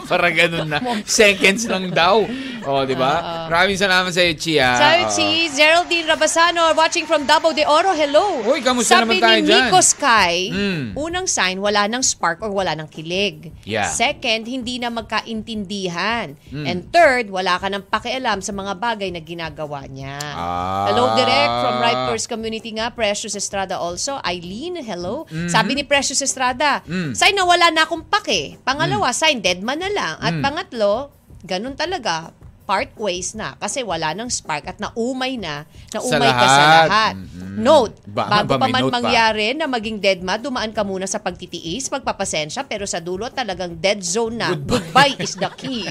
Speaker 2: Para ganun na. Seconds lang daw. Oh, di
Speaker 3: Ah.
Speaker 2: ba? Maraming salamat sa iyo, Chia. Ah.
Speaker 3: Sabi
Speaker 2: Oo.
Speaker 3: si Geraldine Rabasano watching from Davao de Oro. Hello.
Speaker 2: Uy, kamusta naman
Speaker 3: Sabi
Speaker 2: tayo
Speaker 3: ni
Speaker 2: dyan?
Speaker 3: Nico Sky,
Speaker 2: Mm.
Speaker 3: unang sign, wala ng spark or wala ng kilig.
Speaker 2: Yeah. Hmm.
Speaker 3: Second, hindi na magkaintindihan. And third, wala ka ng pakialam sa mga bagay na ginagawa niya.
Speaker 2: Ah.
Speaker 3: Hello, direct from Ripers Community nga, Precious Estrada also. Eileen, hello.
Speaker 2: Mm-hmm.
Speaker 3: Sabi ni Precious Estrada,
Speaker 2: Mm.
Speaker 3: sign na wala na akong pake. Pangalawa, sign dead man na lang.
Speaker 2: Mm.
Speaker 3: At pangatlo, ganun talaga, part ways na kasi wala ng spark at naumay na, naumay ka sa
Speaker 2: lahat.
Speaker 3: lahat.
Speaker 2: Mhm.
Speaker 3: Note,
Speaker 2: Ba-
Speaker 3: bago
Speaker 2: ba-
Speaker 3: pa
Speaker 2: may
Speaker 3: man
Speaker 2: note pa?
Speaker 3: mangyari na maging deadma, dumaan ka muna sa pagtitiis, pagpapasensya, pero sa dulo talagang dead zone na. Goodbye, is the key.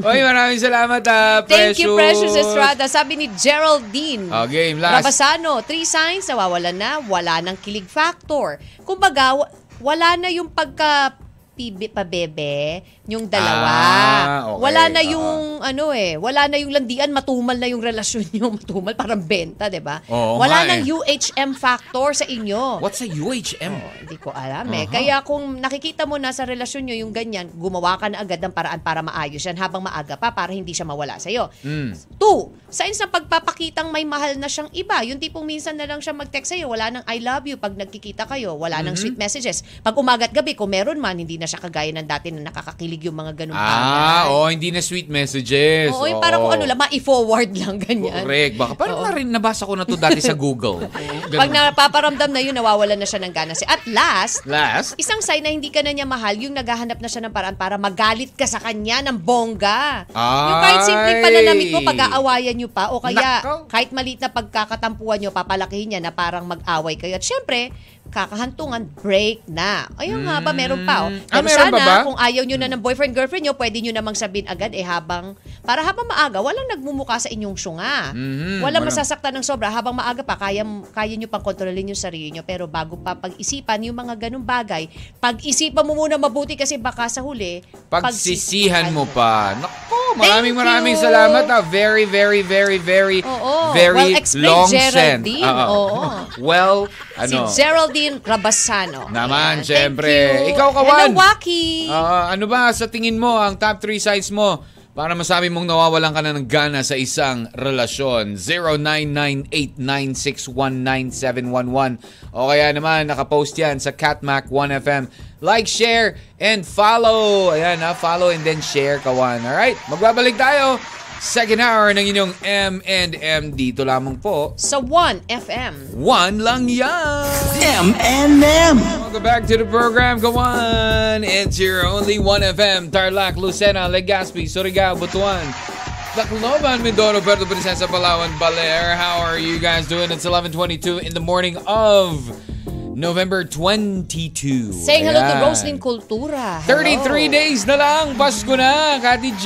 Speaker 2: Oy, maraming salamat, ah, Precious.
Speaker 3: Thank you, Precious Estrada. Sabi ni Geraldine.
Speaker 2: Oh, game, last.
Speaker 3: Rabasano, three signs, nawawalan na, wala ng kilig factor. Kumbaga, wa- wala na yung pagka pibi- pabebe, yung dalawa.
Speaker 2: Ah, okay.
Speaker 3: Wala na
Speaker 2: Oo.
Speaker 3: yung ano eh, wala na yung landian, matumal na yung relasyon niyo, matumal parang benta, 'di ba?
Speaker 2: Oo
Speaker 3: wala
Speaker 2: nga
Speaker 3: nang
Speaker 2: eh.
Speaker 3: UHM factor sa inyo.
Speaker 2: What's a UHM?
Speaker 3: Hindi ko alam eh. Kaya kung nakikita mo na sa relasyon nyo yung ganyan, gumawa ka na agad ng paraan para maayos yan habang maaga pa para hindi siya mawala sa'yo.
Speaker 2: Hmm.
Speaker 3: Two, signs ng pagpapakitang may mahal na siyang iba. Yung tipong minsan na lang siya mag-text sa'yo, wala nang I love you pag nagkikita kayo, wala
Speaker 2: Mhm.
Speaker 3: nang sweet messages. Pag umagat gabi, kung meron man, hindi na siya kagaya ng dati na nakakakilig yung mga ganun
Speaker 2: Ah, oo, hindi na sweet messages.
Speaker 3: Oo, yung parang kung ano lang, ma-forward lang ganyan.
Speaker 2: Correct. Baka parang
Speaker 3: Oo.
Speaker 2: na rin nabasa ko na to dati sa Google.
Speaker 3: Pag
Speaker 2: Ganun.
Speaker 3: napaparamdam na yun, nawawalan na siya ng gana. Si- At last,
Speaker 2: Last,
Speaker 3: Isang sign na hindi ka na niya mahal, yung naghahanap na siya ng paraan para magalit ka sa kanya ng bongga. Yung kahit simpleng
Speaker 2: Ay!
Speaker 3: pananamit mo, pag-aawayan niyo pa, o kaya
Speaker 2: Nako.
Speaker 3: kahit maliit na pagkakatampuan niyo, papalakihin niya na parang mag-away kayo. At syempre, kakahantungan, break na. Ayun nga ba, meron pa. Oh.
Speaker 2: Ah,
Speaker 3: Pero
Speaker 2: meron
Speaker 3: sana,
Speaker 2: pa ba?
Speaker 3: kung ayaw niyo na ng boyfriend-girlfriend niyo, pwede niyo namang sabihin agad, eh habang, para habang maaga, walang nagmumuka sa inyong syunga.
Speaker 2: Mhm,
Speaker 3: walang
Speaker 2: walang-
Speaker 3: masasaktan ng sobra. Habang maaga pa, kaya, kaya niyo pang kontrolin yung sarili niyo. Pero bago pa pag-isipan yung mga ganung bagay, pag-isipan mo muna mabuti kasi baka sa huli,
Speaker 2: pagsisihan mo pa. Nako, maraming
Speaker 3: Thank you.
Speaker 2: maraming salamat ah. Very, very, very, very,
Speaker 3: Oo.
Speaker 2: very
Speaker 3: Well-explained,
Speaker 2: long sen.
Speaker 3: Geraldine.
Speaker 2: Ah, ah.
Speaker 3: Oo.
Speaker 2: Well,
Speaker 3: Si
Speaker 2: ano.
Speaker 3: Geraldine Rabasano.
Speaker 2: Naman,
Speaker 3: Ayan.
Speaker 2: syempre.
Speaker 3: Thank you.
Speaker 2: Ikaw, Kawan.
Speaker 3: Hello, Waki.
Speaker 2: Ah, ano ba sa tingin mo ang top 3 sides mo para masabi mong nawawalan ka na ng gana sa isang relasyon? 0998-9619711 O kaya naman, nakapost yan sa Catmac 1FM. Like, share, and follow. Ayan ha, follow and then share, kawan. Alright, magbabalik tayo. Second hour ng inyong M&M dito lamang po.
Speaker 3: Sa 1FM.
Speaker 2: One lang yan!
Speaker 1: M&M.
Speaker 2: Welcome back to the program. Go on. It's your only 1FM. Tarlac, Lucena, Legazpi, Surigao, Butuan. Tacloban, Mindoro, Puerto Princesa, Palawan, Balear. How are you guys doing? It's 11.22 in the morning of November 22.
Speaker 3: Saying hello to
Speaker 2: Ayan.
Speaker 3: Roslyn Cultura. Hello.
Speaker 2: 33 days na lang. Pasko na, Kati G.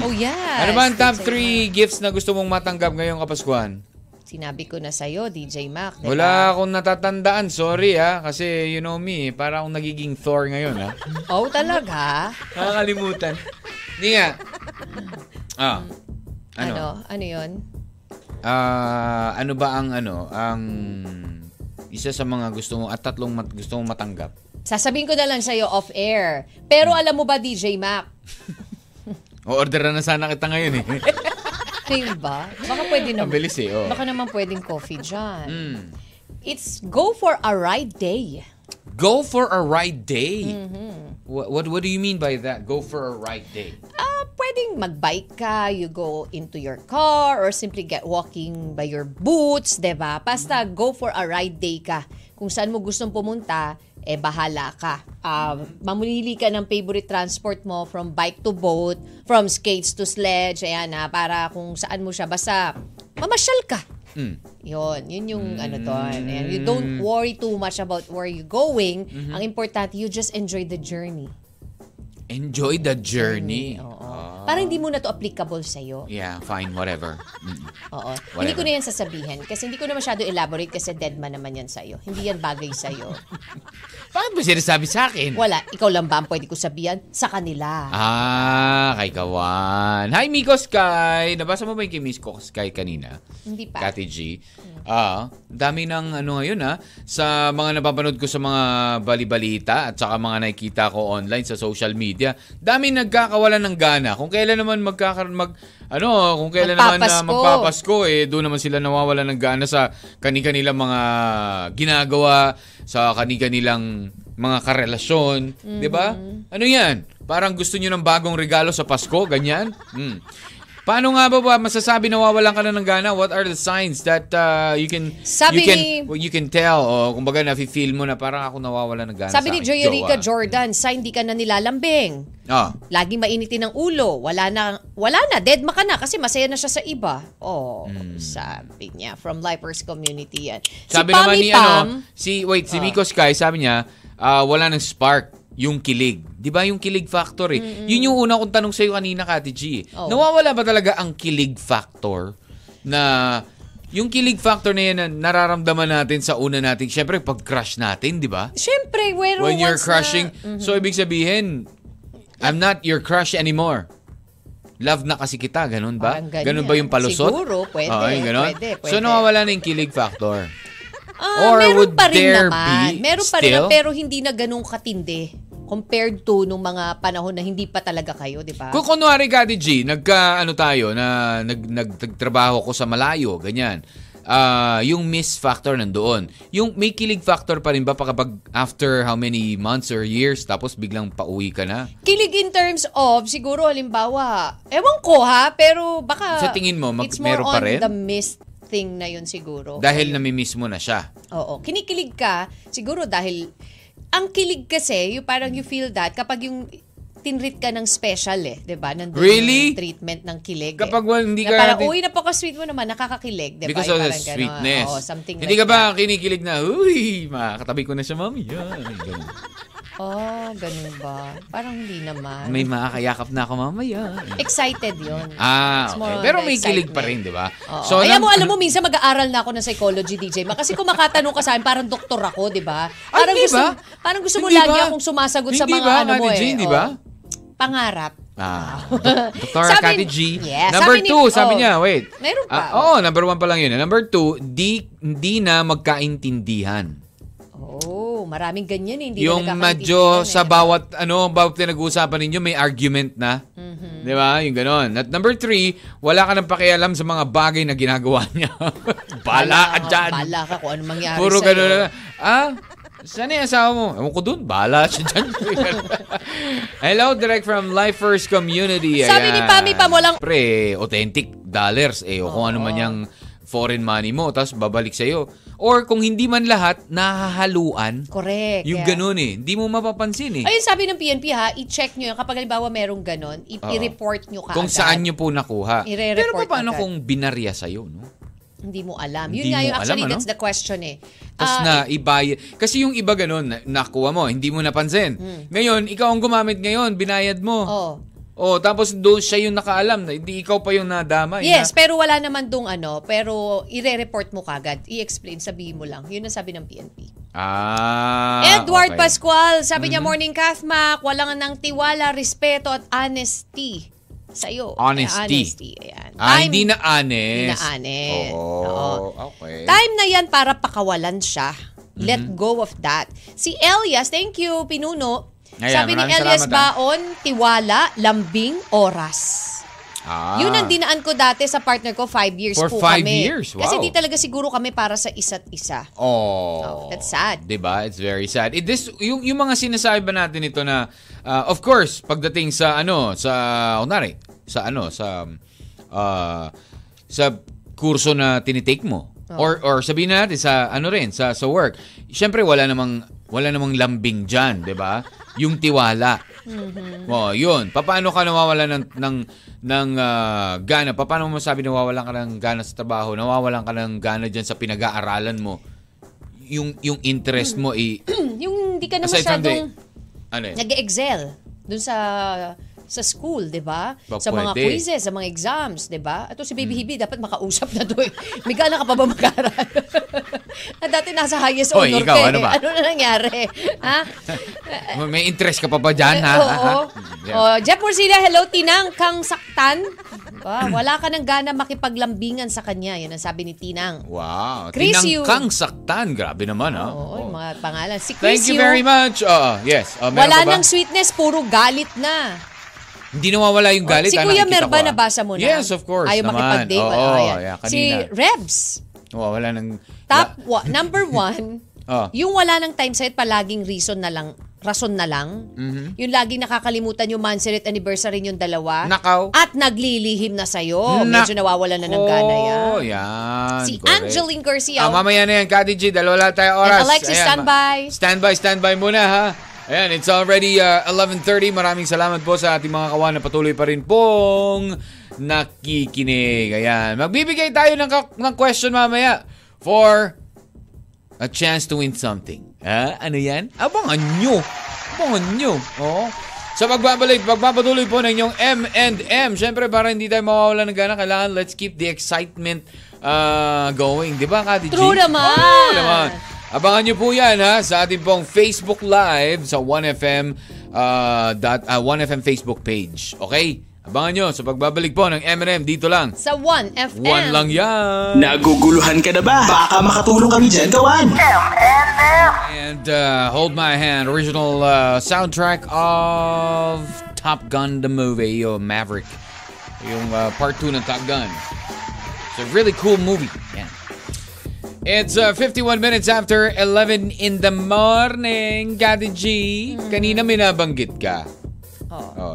Speaker 3: Oh, yes.
Speaker 2: Ano ba ang top
Speaker 3: Good
Speaker 2: 3 gifts na gusto mong matanggap ngayong Kapaskuhan?
Speaker 3: Sinabi ko na sa'yo, DJ Mac. diba?
Speaker 2: Wala akong natatandaan. Sorry ha. Kasi you know me. eh, Para akong nagiging Thor ngayon ah. ha.
Speaker 3: Oh, talaga?
Speaker 2: Nakakalimutan. Hindi nga. Ah. Ano? Ano?
Speaker 3: Ano? Ano yun?
Speaker 2: ano ba ang ano? Ang isa sa mga gusto mo at tatlong mat, gusto mong matanggap?
Speaker 3: Sasabihin ko na lang sa'yo off-air. Pero alam mo ba, DJ Mac?
Speaker 2: O order na sana kita ngayon eh.
Speaker 3: Kayo ba? Baka pwede
Speaker 2: Ang
Speaker 3: naman.
Speaker 2: bilis eh. Oh.
Speaker 3: Baka naman pwedeng coffee dyan.
Speaker 2: Mm.
Speaker 3: It's go for a ride day.
Speaker 2: Go for a ride day. What, what what do you mean by that? Go for a ride day.
Speaker 3: ah, pwedeng magbike ka, you go into your car, or simply get walking by your boots, 'di ba? Basta go for a ride day ka. Kung saan mo gustong pumunta, eh bahala ka. Ah, mamulili ka ng favorite transport mo from bike to boat, from skates to sledge, ayan na, para kung saan mo siya, basta mamasyal ka. Yun, yun yung ano to. And you don't worry too much about where you're going. Ang importante, you just enjoy the journey.
Speaker 2: Enjoy the journey.
Speaker 3: Oo. Parang hindi mo na to applicable sa'yo.
Speaker 2: Yeah, fine, whatever. Mm.
Speaker 3: Oo.
Speaker 2: Whatever.
Speaker 3: Hindi ko na yan sasabihin kasi hindi ko na masyado elaborate kasi dead man naman yan sa'yo. Hindi yan bagay sa'yo.
Speaker 2: Bakit mo sinasabi sa akin?
Speaker 3: Wala. Ikaw lang ba ang pwede ko sabihan? Sa kanila.
Speaker 2: Ah, kay Kawan. Hi, Miko Sky! Nabasa mo ba yung kay Miko Sky kanina?
Speaker 3: Hindi pa.
Speaker 2: Kati G. Ah, dami ng ano ngayon ha. Sa mga napapanood ko sa mga balibalita at saka mga nakikita ko online sa social media, dami nagkakawalan ng gana. Kung kailan naman magkakaroon mag ano, kung kailan naman na
Speaker 3: Magpapasko.
Speaker 2: magpapasko eh doon naman sila nawawalan ng gana sa kani-kanilang mga ginagawa, sa kani-kanilang mga karelasyon, 'di ba?
Speaker 3: Mm-hmm.
Speaker 2: Ano 'yan? Parang gusto niyo ng bagong regalo sa Pasko, ganyan? Mm. Paano nga ba, ba masasabi na wawalan ka na ng gana? What are the signs that uh, you can you
Speaker 3: Sabi
Speaker 2: can
Speaker 3: ni-
Speaker 2: well, you can tell o kumbaga na feel mo na parang ako nawawalan ng gana
Speaker 3: Sabi
Speaker 2: sa
Speaker 3: ni
Speaker 2: aking
Speaker 3: Joy Rica
Speaker 2: jowa.
Speaker 3: Jordan, sa hindi ka na nilalambing.
Speaker 2: Ah.
Speaker 3: Laging mainitin ang ulo. Wala na, wala na. Dead ma ka na kasi masaya na siya sa iba. Oh, sabi niya. From Lifers Community yan.
Speaker 2: Hmm. Sabi
Speaker 3: si Ah.
Speaker 2: naman
Speaker 3: Pami
Speaker 2: ni
Speaker 3: Pam,
Speaker 2: ano, si wait, si Miko Sky sabi niya, ah, wala ng spark yung kilig. 'Di ba yung kilig factor eh. Yun yung una kong tanong sa iyo kanina, Kati G.
Speaker 3: Oo.
Speaker 2: Nawawala ba talaga ang kilig factor na yung kilig factor na yan na nararamdaman natin sa una nating syempre pag crush natin, 'di ba?
Speaker 3: Siyempre,
Speaker 2: When you're
Speaker 3: crushing
Speaker 2: crushing. So ibig sabihin I'm not your crush anymore. Love na kasi kita, ganun ba?
Speaker 3: Parang ganyan.
Speaker 2: Ganun ba yung palusot?
Speaker 3: Siguro, pwede,
Speaker 2: Okay, ganun.
Speaker 3: pwede, pwede.
Speaker 2: So, nawawala na yung kilig factor.
Speaker 3: Ah,
Speaker 2: Or
Speaker 3: meron
Speaker 2: would
Speaker 3: pa rin
Speaker 2: there
Speaker 3: naman.
Speaker 2: be
Speaker 3: meron pa rin
Speaker 2: still?
Speaker 3: na- pero hindi na ganun katindi compared to nung mga panahon na hindi pa talaga kayo, di ba?
Speaker 2: Kung kunwari ka, G, nagka, ano tayo, na nag, nag, nagtrabaho ko sa malayo, ganyan. Ah, yung miss factor nandoon. Yung may kilig factor pa rin ba pa kapag after how many months or years tapos biglang pauwi ka na?
Speaker 3: Kilig in terms of, siguro, halimbawa, ewan ko ha, pero baka...
Speaker 2: Sa tingin mo, mag-
Speaker 3: it's more
Speaker 2: meron pa
Speaker 3: on
Speaker 2: rin?
Speaker 3: the missed thing na yun siguro.
Speaker 2: Dahil namimiss mo na siya.
Speaker 3: Oo. Kinikilig ka, siguro dahil, ang kilig kasi, yung parang you feel that kapag yung tinreat ka ng special eh, di ba? Nandun
Speaker 2: Really?
Speaker 3: yung treatment ng kilig. eh.
Speaker 2: Kapag wa- hindi
Speaker 3: Na
Speaker 2: ka
Speaker 3: parang,
Speaker 2: natin-
Speaker 3: uy, napaka-sweet mo naman, nakakakilig, di ba?
Speaker 2: Because of
Speaker 3: Yung
Speaker 2: the
Speaker 3: parang ganon.
Speaker 2: sweetness.
Speaker 3: Oo, something
Speaker 2: Hindi
Speaker 3: like
Speaker 2: ka ba kinikilig na, uy, makakatabi ko na siya, mami. Yan. Ganun.
Speaker 3: that. Oh, ganun ba? Parang hindi naman.
Speaker 2: May makakayakap na ako mamaya.
Speaker 3: Excited yun.
Speaker 2: Ah,
Speaker 3: It's more
Speaker 2: okay.
Speaker 3: on
Speaker 2: Pero
Speaker 3: the
Speaker 2: may kilig
Speaker 3: excitement.
Speaker 2: pa rin, di ba?
Speaker 3: Oo. Kaya
Speaker 2: nam-
Speaker 3: mo, alam mo, minsan mag-aaral na ako ng psychology, DJ. Ma. Kasi kung makatanong ka sa akin, parang doktor ako, di ba? Parang
Speaker 2: hindi
Speaker 3: gusto,
Speaker 2: ba?
Speaker 3: Parang gusto mo
Speaker 2: Hindi
Speaker 3: lagi
Speaker 2: ba?
Speaker 3: akong sumasagot sa
Speaker 2: Hindi
Speaker 3: mga
Speaker 2: ba,
Speaker 3: ano mo
Speaker 2: Ate
Speaker 3: eh.
Speaker 2: Jean, di
Speaker 3: Oo.
Speaker 2: ba?
Speaker 3: Pangarap.
Speaker 2: Ah, Dr.
Speaker 3: Sabi-
Speaker 2: Kati G.
Speaker 3: Yeah,
Speaker 2: number
Speaker 3: sabi ni-
Speaker 2: two, sabi
Speaker 3: oh,
Speaker 2: niya, wait.
Speaker 3: meron
Speaker 2: Ah,
Speaker 3: pa.
Speaker 2: Oo, number one pa lang yun. Number two, di, di na magkaintindihan.
Speaker 3: Oh, maraming ganyan eh. Hindi na
Speaker 2: yung
Speaker 3: nagkakaintindihan
Speaker 2: medyo
Speaker 3: eh.
Speaker 2: sa bawat ano, bawat pinag-uusapan ninyo may argument na.
Speaker 3: Mm-hmm.
Speaker 2: 'Di ba? Yung ganon. At number three, wala ka nang pakialam sa mga bagay na ginagawa niya. bala ka
Speaker 3: ka,
Speaker 2: dyan.
Speaker 3: Bala ka kung ano mangyari
Speaker 2: Puro
Speaker 3: sa'yo.
Speaker 2: ganun na. Ah, saan na yung asawa mo? Ewan ko dun, bala siya dyan. Hello, direct from Life First Community.
Speaker 3: Sabi ni Pami Pam, walang-
Speaker 2: Pre, authentic dollars. Eh, o kung ano man yung foreign money mo, tapos babalik sa'yo. Or kung hindi man lahat, nahahaluan.
Speaker 3: Correct.
Speaker 2: Yung
Speaker 3: yeah.
Speaker 2: ganun eh. Hindi mo mapapansin eh.
Speaker 3: Ayun, sabi ng PNP ha, i-check nyo yan. Kapag halimbawa merong ganun, i- i-report nyo ka
Speaker 2: kung
Speaker 3: agad.
Speaker 2: saan nyo po nakuha.
Speaker 3: I-re-report
Speaker 2: Pero paano
Speaker 3: agad.
Speaker 2: kung binarya sa'yo, no?
Speaker 3: Hindi mo alam. Yun
Speaker 2: Hindi
Speaker 3: nga
Speaker 2: mo
Speaker 3: yung actually,
Speaker 2: alam, ano?
Speaker 3: that's the question eh.
Speaker 2: Tapos
Speaker 3: Ah,
Speaker 2: na ibayad. Kasi yung iba ganun, na- nakuha mo, hindi mo napansin. Ngayon, ikaw ang gumamit ngayon, binayad mo.
Speaker 3: Hmm. Oo.
Speaker 2: Oh, tapos doon siya yung nakaalam na hindi ikaw pa yung nadamay. Na,
Speaker 3: Yes, pero wala naman dong ano, pero i-report mo kagad. I-explain, sabihin mo lang. Yun ang sabi ng PNP.
Speaker 2: ah.
Speaker 3: Edward
Speaker 2: okay. Mm-hmm.
Speaker 3: Pascual, sabi niya, Morning Kathmak, walang nang tiwala, respeto at honesty sa'yo.
Speaker 2: Honesty.
Speaker 3: Eh, honesty. Ayan.
Speaker 2: Ah,
Speaker 3: Time-
Speaker 2: hindi na honest.
Speaker 3: Hindi na honest.
Speaker 2: Oo,
Speaker 3: Oo.
Speaker 2: okay.
Speaker 3: Time na yan para pakawalan siya.
Speaker 2: Mm-hmm.
Speaker 3: Let go of that. Si Elias, thank you, Pinuno.
Speaker 2: Ayan,
Speaker 3: sabi ni
Speaker 2: maraming
Speaker 3: Elias
Speaker 2: salamat, ah.
Speaker 3: Baon, tiwala, lambing, oras.
Speaker 2: Ah.
Speaker 3: Yun ang dinaan ko dati sa partner ko, five years
Speaker 2: For
Speaker 3: po
Speaker 2: five
Speaker 3: kami.
Speaker 2: years, wow.
Speaker 3: Kasi di talaga siguro kami para sa isa't isa.
Speaker 2: Oh,
Speaker 3: Oh, that's sad.
Speaker 2: 'Di ba? It's very sad. It, this yung yung mga sinasabi ba natin ito na uh, of course, pagdating sa ano, sa kunwari, sa ano, sa um, uh, sa kurso na tinitake mo
Speaker 3: Oh.
Speaker 2: or or sabihin na natin sa ano rin, sa sa work. Siyempre wala namang wala namang lambing diyan, 'di ba? Yung tiwala.
Speaker 3: Mm-hmm.
Speaker 2: Oh, yun. Paano ka nawawala ng ng ng ah, gana? Paano mo masabi nawawalan ka ng gana sa trabaho? Nawawalan ka ng gana diyan sa pinag-aaralan mo? Yung yung interest mo i
Speaker 3: Yung Hmm. hindi ka na
Speaker 2: aside from the
Speaker 3: masyadong
Speaker 2: ano yun?
Speaker 3: nag-excel dun sa sa school, 'di ba?
Speaker 2: Ba,
Speaker 3: Sa mga
Speaker 2: pwede. Hmm.
Speaker 3: quizzes, sa mga exams, 'di ba? Ito si Baby Hibi dapat makausap na 'to. eh. May gana ka pa ba mag-aral? Na dati nasa highest
Speaker 2: Hoy,
Speaker 3: honor
Speaker 2: ikaw,
Speaker 3: ka. eh.
Speaker 2: ano ba?
Speaker 3: ano na nangyari? ha?
Speaker 2: May interest ka pa ba diyan? Ha?
Speaker 3: Oo.
Speaker 2: Ha? Yeah.
Speaker 3: Oh, Jeff Morcilla, hello Tinang Kang Saktan. Ah, wala ka ng gana makipaglambingan sa kanya. Yan ang sabi ni Tinang.
Speaker 2: Wow.
Speaker 3: Chris Yu.
Speaker 2: Tinangkang saktan. Grabe naman, ha? Ah,
Speaker 3: Oo,
Speaker 2: Oo.
Speaker 3: yung mga pangalan. Si
Speaker 2: Thank
Speaker 3: Chris
Speaker 2: you
Speaker 3: Yu,
Speaker 2: very much. Oo, yes. Oh, meron
Speaker 3: Wala
Speaker 2: pa ba?
Speaker 3: nang sweetness, puro galit na.
Speaker 2: Hindi nawawala yung galit. ah,
Speaker 3: si Kuya
Speaker 2: nakikita ko,
Speaker 3: Merba,
Speaker 2: ah.
Speaker 3: nabasa mo na.
Speaker 2: Yes, of course.
Speaker 3: Ayaw
Speaker 2: naman.
Speaker 3: makipag-date.
Speaker 2: Oo,
Speaker 3: Wala, ayan.
Speaker 2: yeah,
Speaker 3: si
Speaker 2: kanina.
Speaker 3: Rebs,
Speaker 2: Wala nang...
Speaker 3: top wa- number one,
Speaker 2: Oh.
Speaker 3: yung wala ng time set, palaging reason na lang, rason na lang.
Speaker 2: Mm-hmm.
Speaker 3: Yung laging nakakalimutan yung Manseret anniversary yung dalawa.
Speaker 2: Nakaw.
Speaker 3: At naglilihim na sa'yo. Oh, Medyo nawawala na ng gana yan.
Speaker 2: Oh, yan.
Speaker 3: Si
Speaker 2: correct.
Speaker 3: Angeline Garcia.
Speaker 2: Ah, mamaya na yan, Kati G. Dalawa lang tayo oras.
Speaker 3: And Alexis,
Speaker 2: Ayan,
Speaker 3: standby.
Speaker 2: ma- Standby, standby muna ha. Ayan, it's already uh, 11.30. Maraming salamat po sa ating mga kawan na patuloy pa rin pong nakikinig. Ayan, magbibigay tayo ng, ka- ng question mamaya for a chance to win something. Ha? Ano yan? Abangan nyo. Abangan nyo. Oo. Sa pagbabalik, pagpapatuloy po ng inyong M&M. Siyempre, para hindi tayo mawawala ng gana, kailangan let's keep the excitement uh, going. Di ba, Kati G?
Speaker 3: True naman.
Speaker 2: Oo naman. Abangan nyo po yan ha, sa ating pong Facebook Live sa 1FM ah, dot, ah, 1FM Facebook page. Okay? Abangan nyo sa pagbabalik po ng M&M dito lang.
Speaker 3: Sa 1FM.
Speaker 2: One lang yan.
Speaker 1: Naguguluhan ka na ba? Baka makatulong kami dyan gawan.
Speaker 2: And uh, Hold My Hand, original uh, soundtrack of Top Gun the movie, yung Maverick. Yung uh, part 2 ng Top Gun. It's a really cool movie. Yeah. It's uh, 51 minutes after 11 in the morning, Gadi G. Kanina may nabanggit ka.
Speaker 3: Oo.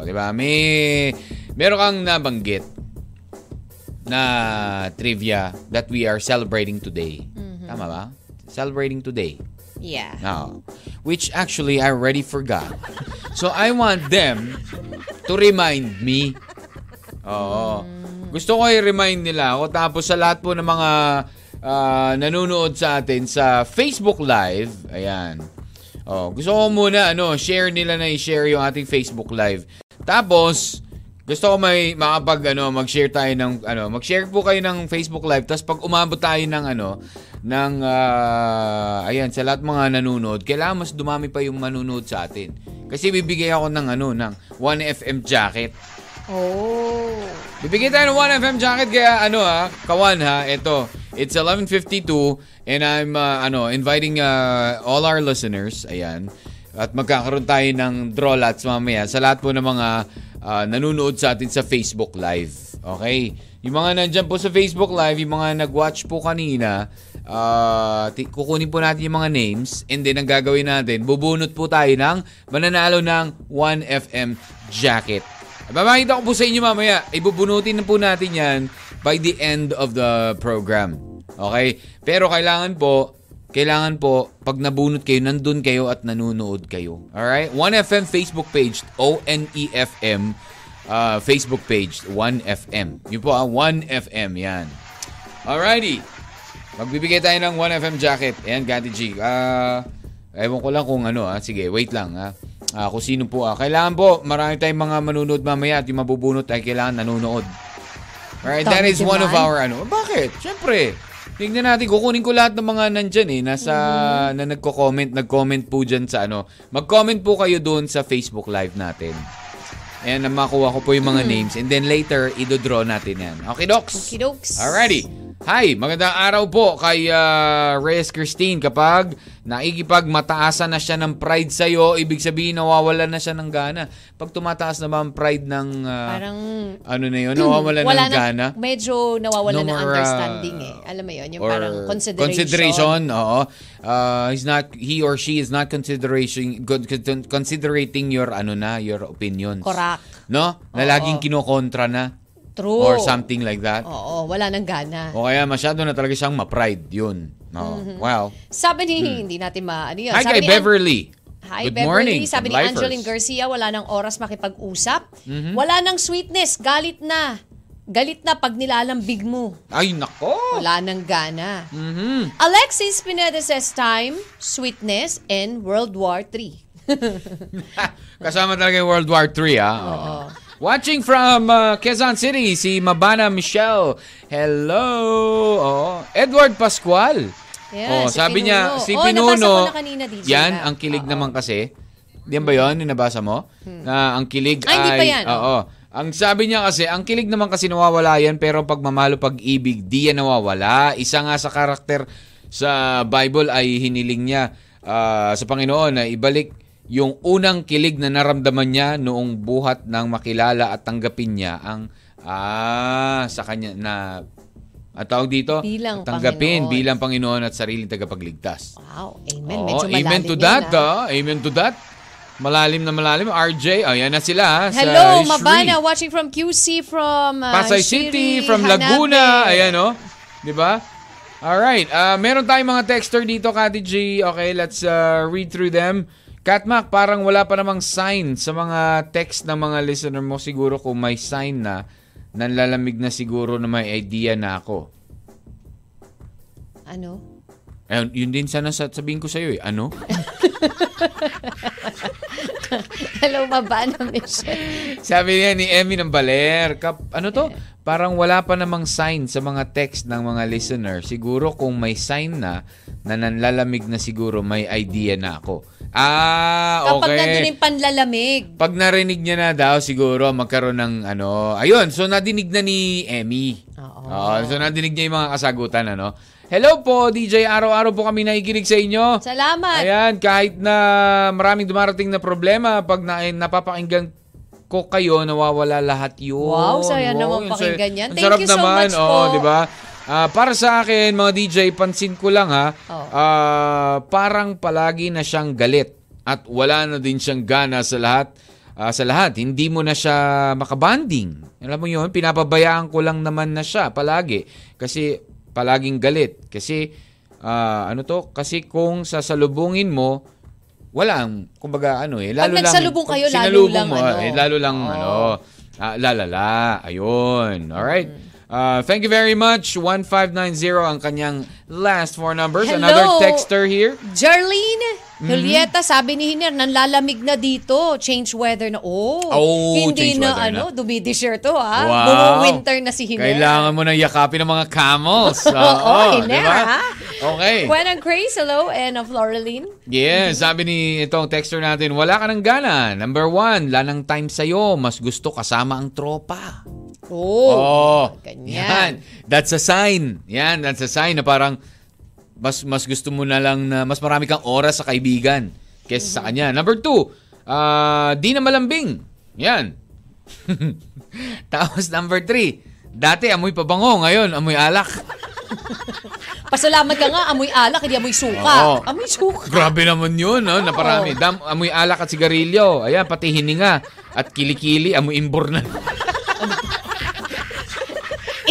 Speaker 2: Oh, di ba? May meron kang nabanggit na trivia that we are celebrating today. Tama ba? Celebrating today.
Speaker 3: Yeah.
Speaker 2: Now, Oh. which actually I already forgot. So I want them to remind me. Oo. Gusto ko i-remind nila ako tapos sa lahat po ng mga ah, nanonood sa atin sa Facebook Live. Ayan. Oh, gusto ko muna ano, share nila na i-share yung ating Facebook Live. Tapos gusto ko may makapag ano, mag-share tayo ng ano, mag-share po kayo ng Facebook Live tapos pag umabot tayo ng ano ng ah, ayan sa lahat mga nanonood, kailangan mas dumami pa yung manonood sa atin. Kasi bibigay ako ng ano ng 1FM jacket.
Speaker 3: Oh.
Speaker 2: Bibigyan tayo ng 1FM jacket kaya ano ha, kawan ha, ito. It's 11.52 and I'm uh, ano, inviting uh, all our listeners, ayan, at magkakaroon tayo ng draw lots mamaya sa lahat po ng mga uh, nanonood sa atin sa Facebook Live. Okay? Yung mga nandyan po sa Facebook Live, yung mga nag-watch po kanina, uh, ti- kukunin po natin yung mga names and then ang gagawin natin, bubunot po tayo ng mananalo ng 1FM jacket. Babakita ko po sa inyo mamaya. Ibubunutin na po natin yan by the end of the program. Okay? Pero kailangan po, kailangan po, pag nabunot kayo, nandun kayo at nanonood kayo. Alright? 1FM Facebook page, O-N-E-F-M uh, Facebook page, 1FM. Yun po ah, 1FM, yan. Alrighty. Magbibigay tayo ng 1FM jacket. Ayan, Gati G. Ah, ewan ko lang kung ano. Ah. Sige, wait lang. Ah. Ah, kung sino po. Ah. Kailangan po, marami tayong mga manunood mamaya at yung mabubunot ay kailangan nanonood. Alright, that
Speaker 3: Dami
Speaker 2: is one of
Speaker 3: naman.
Speaker 2: our ano. Bakit? Siyempre. Tingnan natin, kukunin ko lahat ng mga nandyan eh, nasa, na nagko-comment, nag-comment po dyan sa ano. Mag-comment po kayo doon sa Facebook Live natin. And makuha ko po yung mga names. And then later, idodraw natin yan. Okay, Docs?
Speaker 3: Okey-dokes.
Speaker 2: Alrighty. Hi, magandang araw po kay ah, Reyes Christine. Kapag naikipag mataasan na siya ng pride sa'yo, ibig sabihin nawawalan na siya ng gana. Pag tumataas na ba ang pride ng... ah,
Speaker 3: Parang Hmm,
Speaker 2: ano na yun, nawawalan
Speaker 3: wala
Speaker 2: ng gana.
Speaker 3: medyo nawawala
Speaker 2: No
Speaker 3: ng
Speaker 2: more,
Speaker 3: understanding
Speaker 2: uh,
Speaker 3: eh. Alam mo yun, yung
Speaker 2: or
Speaker 3: parang consideration.
Speaker 2: Consideration, oo. Uh, he's not, he or she is not consideration, good- con- considerating your, ano na, your opinions.
Speaker 3: Correct.
Speaker 2: No? Na
Speaker 3: Oo.
Speaker 2: laging kinokontra na.
Speaker 3: True.
Speaker 2: Or something Oh. like that.
Speaker 3: Oo, wala ng gana.
Speaker 2: O kaya masyado na talaga siyang ma-pride yun. No.
Speaker 3: Mm-hmm.
Speaker 2: Wow.
Speaker 3: Sabi ni, hindi natin ma, ano yun.
Speaker 2: Hmm. Hi kay
Speaker 3: sabi ni An-
Speaker 2: Beverly.
Speaker 3: Hi,
Speaker 2: Good
Speaker 3: Beverly.
Speaker 2: morning.
Speaker 3: Sabi
Speaker 2: from
Speaker 3: ni
Speaker 2: Lifers. Mm-hmm.
Speaker 3: Angeline Garcia, wala nang oras makipag-usap. Wala nang sweetness. Galit na. Galit na pag nilalambig mo.
Speaker 2: Ay, nako.
Speaker 3: Wala nang gana.
Speaker 2: Mhm.
Speaker 3: Alexis Pineda says time, sweetness, and World War III.
Speaker 2: Kasama talaga yung World War III, ah. Oo. Watching from uh, Quezon City, si Mabana Michelle. Hello! Oo. Edward Pascual.
Speaker 3: Yeah,
Speaker 2: Oo,
Speaker 3: si
Speaker 2: sabi niya,
Speaker 3: Pinuno.
Speaker 2: si
Speaker 3: Oo,
Speaker 2: Pinuno.
Speaker 3: nabasa ko na kanina, DJ
Speaker 2: Yan,
Speaker 3: Mac.
Speaker 2: ang kilig
Speaker 3: Oo.
Speaker 2: naman kasi. Yan ba yun? Yung nabasa mo? Na ang kilig
Speaker 3: Hmm. Ay, hindi pa yan.
Speaker 2: Oo. Ang sabi niya kasi, ang kilig naman kasi nawawala yan, pero ang pagmamalo, pag-ibig, di yan nawawala. Isa nga sa karakter sa Bible ay hiniling niya ah, sa Panginoon na ibalik yung unang kilig na naramdaman niya noong buhat ng makilala at tanggapin niya ang ah, sa kanya na ang tawag dito,
Speaker 3: Bilang
Speaker 2: tanggapin
Speaker 3: Panginoon.
Speaker 2: bilang Panginoon at sariling tagapagligtas.
Speaker 3: Wow, amen.
Speaker 2: Oo,
Speaker 3: Medyo malalim
Speaker 2: amen Oh, to
Speaker 3: yun,
Speaker 2: that,
Speaker 3: ah.
Speaker 2: ah. Amen to that. Malalim na malalim. RJ, ayan na sila. ha, sa
Speaker 3: Hello,
Speaker 2: Shri.
Speaker 3: Mabana, watching from QC, from uh,
Speaker 2: Pasay
Speaker 3: Shiri,
Speaker 2: City, from Laguna. Ayan, oh. Di ba? Alright. ah meron tayong mga texter dito, Kati G. Okay, let's ah, read through them. Katmak, parang wala pa namang sign sa mga text ng mga listener mo. Siguro kung may sign na, nanlalamig na siguro na may idea na ako.
Speaker 3: Ano?
Speaker 2: Ayun, yun din sana sa- sabihin ko sa'yo eh. Ano?
Speaker 3: Hello, Mabana, Michelle.
Speaker 2: Sabi niya ni Emmy ng Baler, kap, ano to? parang wala pa namang sign sa mga text ng mga listener. Siguro kung may sign na, na nanlalamig na siguro, may idea na ako. Ah,
Speaker 3: Kapag
Speaker 2: okay.
Speaker 3: nandun yung panlalamig.
Speaker 2: Pag narinig niya na daw, siguro magkaroon ng ano. Ayun, so nadinig na ni Emmy.
Speaker 3: Oo.
Speaker 2: so nadinig niya yung mga kasagutan, ano. Hello po, DJ. Araw-araw po kami nakikinig sa inyo.
Speaker 3: Salamat.
Speaker 2: Ayan, kahit na maraming dumarating na problema, pag na, eh, napapakinggan ko kayo, nawawala lahat yun.
Speaker 3: Wow, saya naman
Speaker 2: yun, saya-
Speaker 3: pakinggan yan.
Speaker 2: ang
Speaker 3: Thank
Speaker 2: sarap
Speaker 3: you so
Speaker 2: naman.
Speaker 3: much
Speaker 2: Oo,
Speaker 3: po.
Speaker 2: di ba? Ah, para sa akin, mga DJ, pansin ko lang ha,
Speaker 3: Oo.
Speaker 2: ah, parang palagi na siyang galit at wala na din siyang gana sa lahat. Ah, sa lahat, hindi mo na siya makabanding. Alam mo yun, pinapabayaan ko lang naman na siya palagi. Kasi palaging galit. Kasi, ah, ano to? Kasi kung sasalubungin mo, wala ang, kumbaga ano eh, lalo lang.
Speaker 3: nagsalubong
Speaker 2: pag
Speaker 3: kayo, lalo
Speaker 2: sinalubong
Speaker 3: lang
Speaker 2: mo,
Speaker 3: ano.
Speaker 2: eh, lalo lang
Speaker 3: Oo.
Speaker 2: ano, ah, lalala. Ayun. All right. Uh, thank you very much. 1590 ang kanyang last four numbers.
Speaker 3: Hello.
Speaker 2: Another texter here.
Speaker 3: Jarlene,
Speaker 2: Mhm.
Speaker 3: Julieta, sabi ni Hiner, nanlalamig na dito. Change weather na. Oh,
Speaker 2: Oh, change
Speaker 3: hindi na,
Speaker 2: weather na.
Speaker 3: ano, dumidisherto ha.
Speaker 2: Wow.
Speaker 3: Bumuwinter Ah, na si Hiner.
Speaker 2: Kailangan mo na yakapin ng mga camels. Oo,
Speaker 3: Oo,
Speaker 2: di
Speaker 3: Hiner,
Speaker 2: ba?
Speaker 3: ha?
Speaker 2: Okay.
Speaker 3: When I'm crazy, hello, and of Laureline.
Speaker 2: Yes, sabi ni itong texter natin, wala ka ng gana. Number one, lanang time sa'yo. Mas gusto kasama ang tropa.
Speaker 3: Oh.
Speaker 2: Oh,
Speaker 3: ganyan.
Speaker 2: Yan. That's a sign. Yan, that's a sign na parang mas mas gusto mo na lang na mas marami kang oras sa kaibigan kaysa sa kanya. Number two, ah, di na malambing. Yan. Tapos number three, dati amoy pabango, ngayon amoy alak.
Speaker 3: Pasalamat ka nga, amoy alak, hindi amoy suka.
Speaker 2: Oo.
Speaker 3: Amoy suka.
Speaker 2: Grabe naman yun, no?
Speaker 3: Oh.
Speaker 2: Naparami. Dam, amoy alak at sigarilyo. Ayan, pati hininga. At kilikili, amoy imbor na.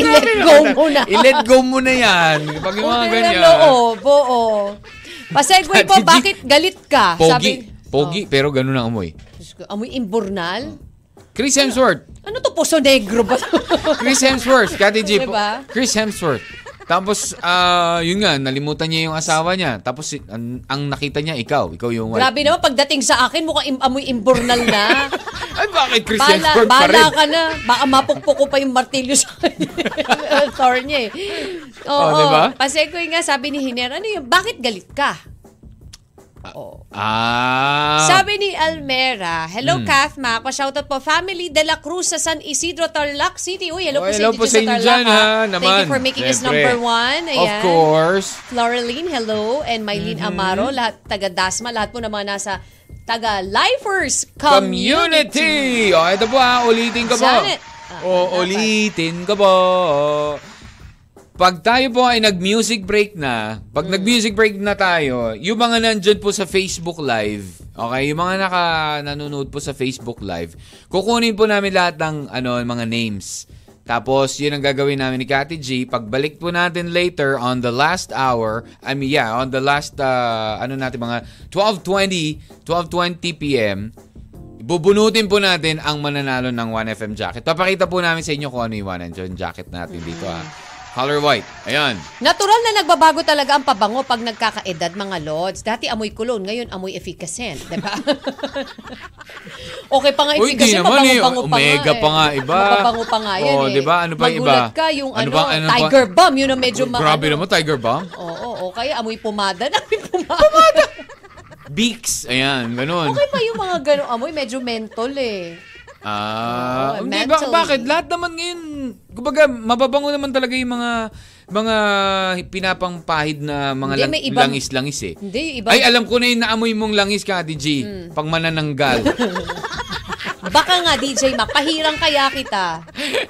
Speaker 3: I-let go muna.
Speaker 2: I-let go mo na yan. Pag yung mga
Speaker 3: Okay,
Speaker 2: ganyan.
Speaker 3: Ano, oo, oo. Pasegway po,
Speaker 2: Ate G.
Speaker 3: bakit galit ka?
Speaker 2: Pogi. Pogi, pero ganun ang amoy.
Speaker 3: Oh, amoy imbornal?
Speaker 2: Chris Hemsworth.
Speaker 3: Ano to, puso negro ba?
Speaker 2: Chris Hemsworth. Kati G.
Speaker 3: Diba?
Speaker 2: Chris Hemsworth. Tapos, ah, yun nga, nalimutan niya yung asawa niya. Tapos, si- ang, ang nakita niya, ikaw. Ikaw yung wife.
Speaker 3: Grabe naman, pagdating sa akin, mukhang im- amoy imbornal na.
Speaker 2: Ay, bakit Chris
Speaker 3: Bala,
Speaker 2: Hemsworth pa
Speaker 3: bala
Speaker 2: rin?
Speaker 3: ka na. Baka mapukpok ko pa yung martilyo sa Thor niya eh. Oo,
Speaker 2: Oh, diba?
Speaker 3: Pasekoy nga, sabi ni Hiner, ano yun, bakit galit ka? Oo.
Speaker 2: Ah. Hmm.
Speaker 3: Sabi ni Almera, Hello Kath, Mac. Pa-shoutout po. Family de la Cruz sa San Isidro, Tarlac City. Uy, hello,
Speaker 2: Oh, hello
Speaker 3: po sa inyo dyan sa
Speaker 2: dyan,
Speaker 3: Tarlac.
Speaker 2: ha,
Speaker 3: ha.
Speaker 2: naman.
Speaker 3: Thank you for making us
Speaker 2: Siyempre.
Speaker 3: number one. Ayan.
Speaker 2: Of course. Mm-hmm.
Speaker 3: Floraline, hello. And Mylene Amaro, lahat taga Dasma, lahat po naman nasa taga Lifers
Speaker 2: Community!
Speaker 3: Community.
Speaker 2: O, ito po ha, ulitin ko po.
Speaker 3: Janet. Ah, dapat.
Speaker 2: O, ulitin ko po. Pag tayo po ay nag-music break na, pag
Speaker 3: Mm.
Speaker 2: nag-music break na tayo, yung mga nandyan po sa Facebook Live, okay, yung mga naka nanonood po sa Facebook Live, kukunin po namin lahat ng ano, mga names. Tapos, yun ang gagawin namin ni Kati G. Pagbalik po natin later on the last hour, I mean, yeah, on the last, uh, ano natin, mga 12.20, 12.20 p.m., Bubunutin po natin ang mananalo ng 1FM jacket. Papakita po namin sa inyo kung ano yung 1FM jacket natin dito ha. Color white. Ayan.
Speaker 3: Natural na nagbabago talaga ang pabango pag nagkakaedad mga lods. Dati amoy kulon, ngayon amoy efficacent, di ba? okay pa nga
Speaker 2: Uy, di
Speaker 3: efficacent,
Speaker 2: naman eh.
Speaker 3: pabango-bango pa
Speaker 2: Omega
Speaker 3: eh.
Speaker 2: pa nga, iba.
Speaker 3: Mapabango pa nga yun
Speaker 2: Oh,
Speaker 3: eh.
Speaker 2: di ba? Ano pa yung
Speaker 3: Magulat
Speaker 2: iba?
Speaker 3: ka yung
Speaker 2: Ano
Speaker 3: ano,
Speaker 2: ba- ano pa-
Speaker 3: tiger bomb, yun ang medyo ma-
Speaker 2: Grabe
Speaker 3: ano.
Speaker 2: naman, Tiger Bomb.
Speaker 3: Oo, oo, oo. kaya amoy pumada na. Amoy pumada. pumada.
Speaker 2: Beaks. Ayan, ganun.
Speaker 3: okay pa yung mga ganong amoy, medyo mentol eh.
Speaker 2: Ah,
Speaker 3: Oo,
Speaker 2: hindi, bak-
Speaker 3: mentally.
Speaker 2: bakit? Lahat naman ngayon, kumbaga, mababango naman talaga yung mga mga pinapangpahid na mga
Speaker 3: Hindi,
Speaker 2: lang-
Speaker 3: may ibang- Hmm.
Speaker 2: langis-langis eh.
Speaker 3: Hindi, yung iba.
Speaker 2: Ay, alam ko na yung naamoy mong langis, Kati G. Pang manananggal.
Speaker 3: Baka nga, DJ Mac, pahirang kaya kita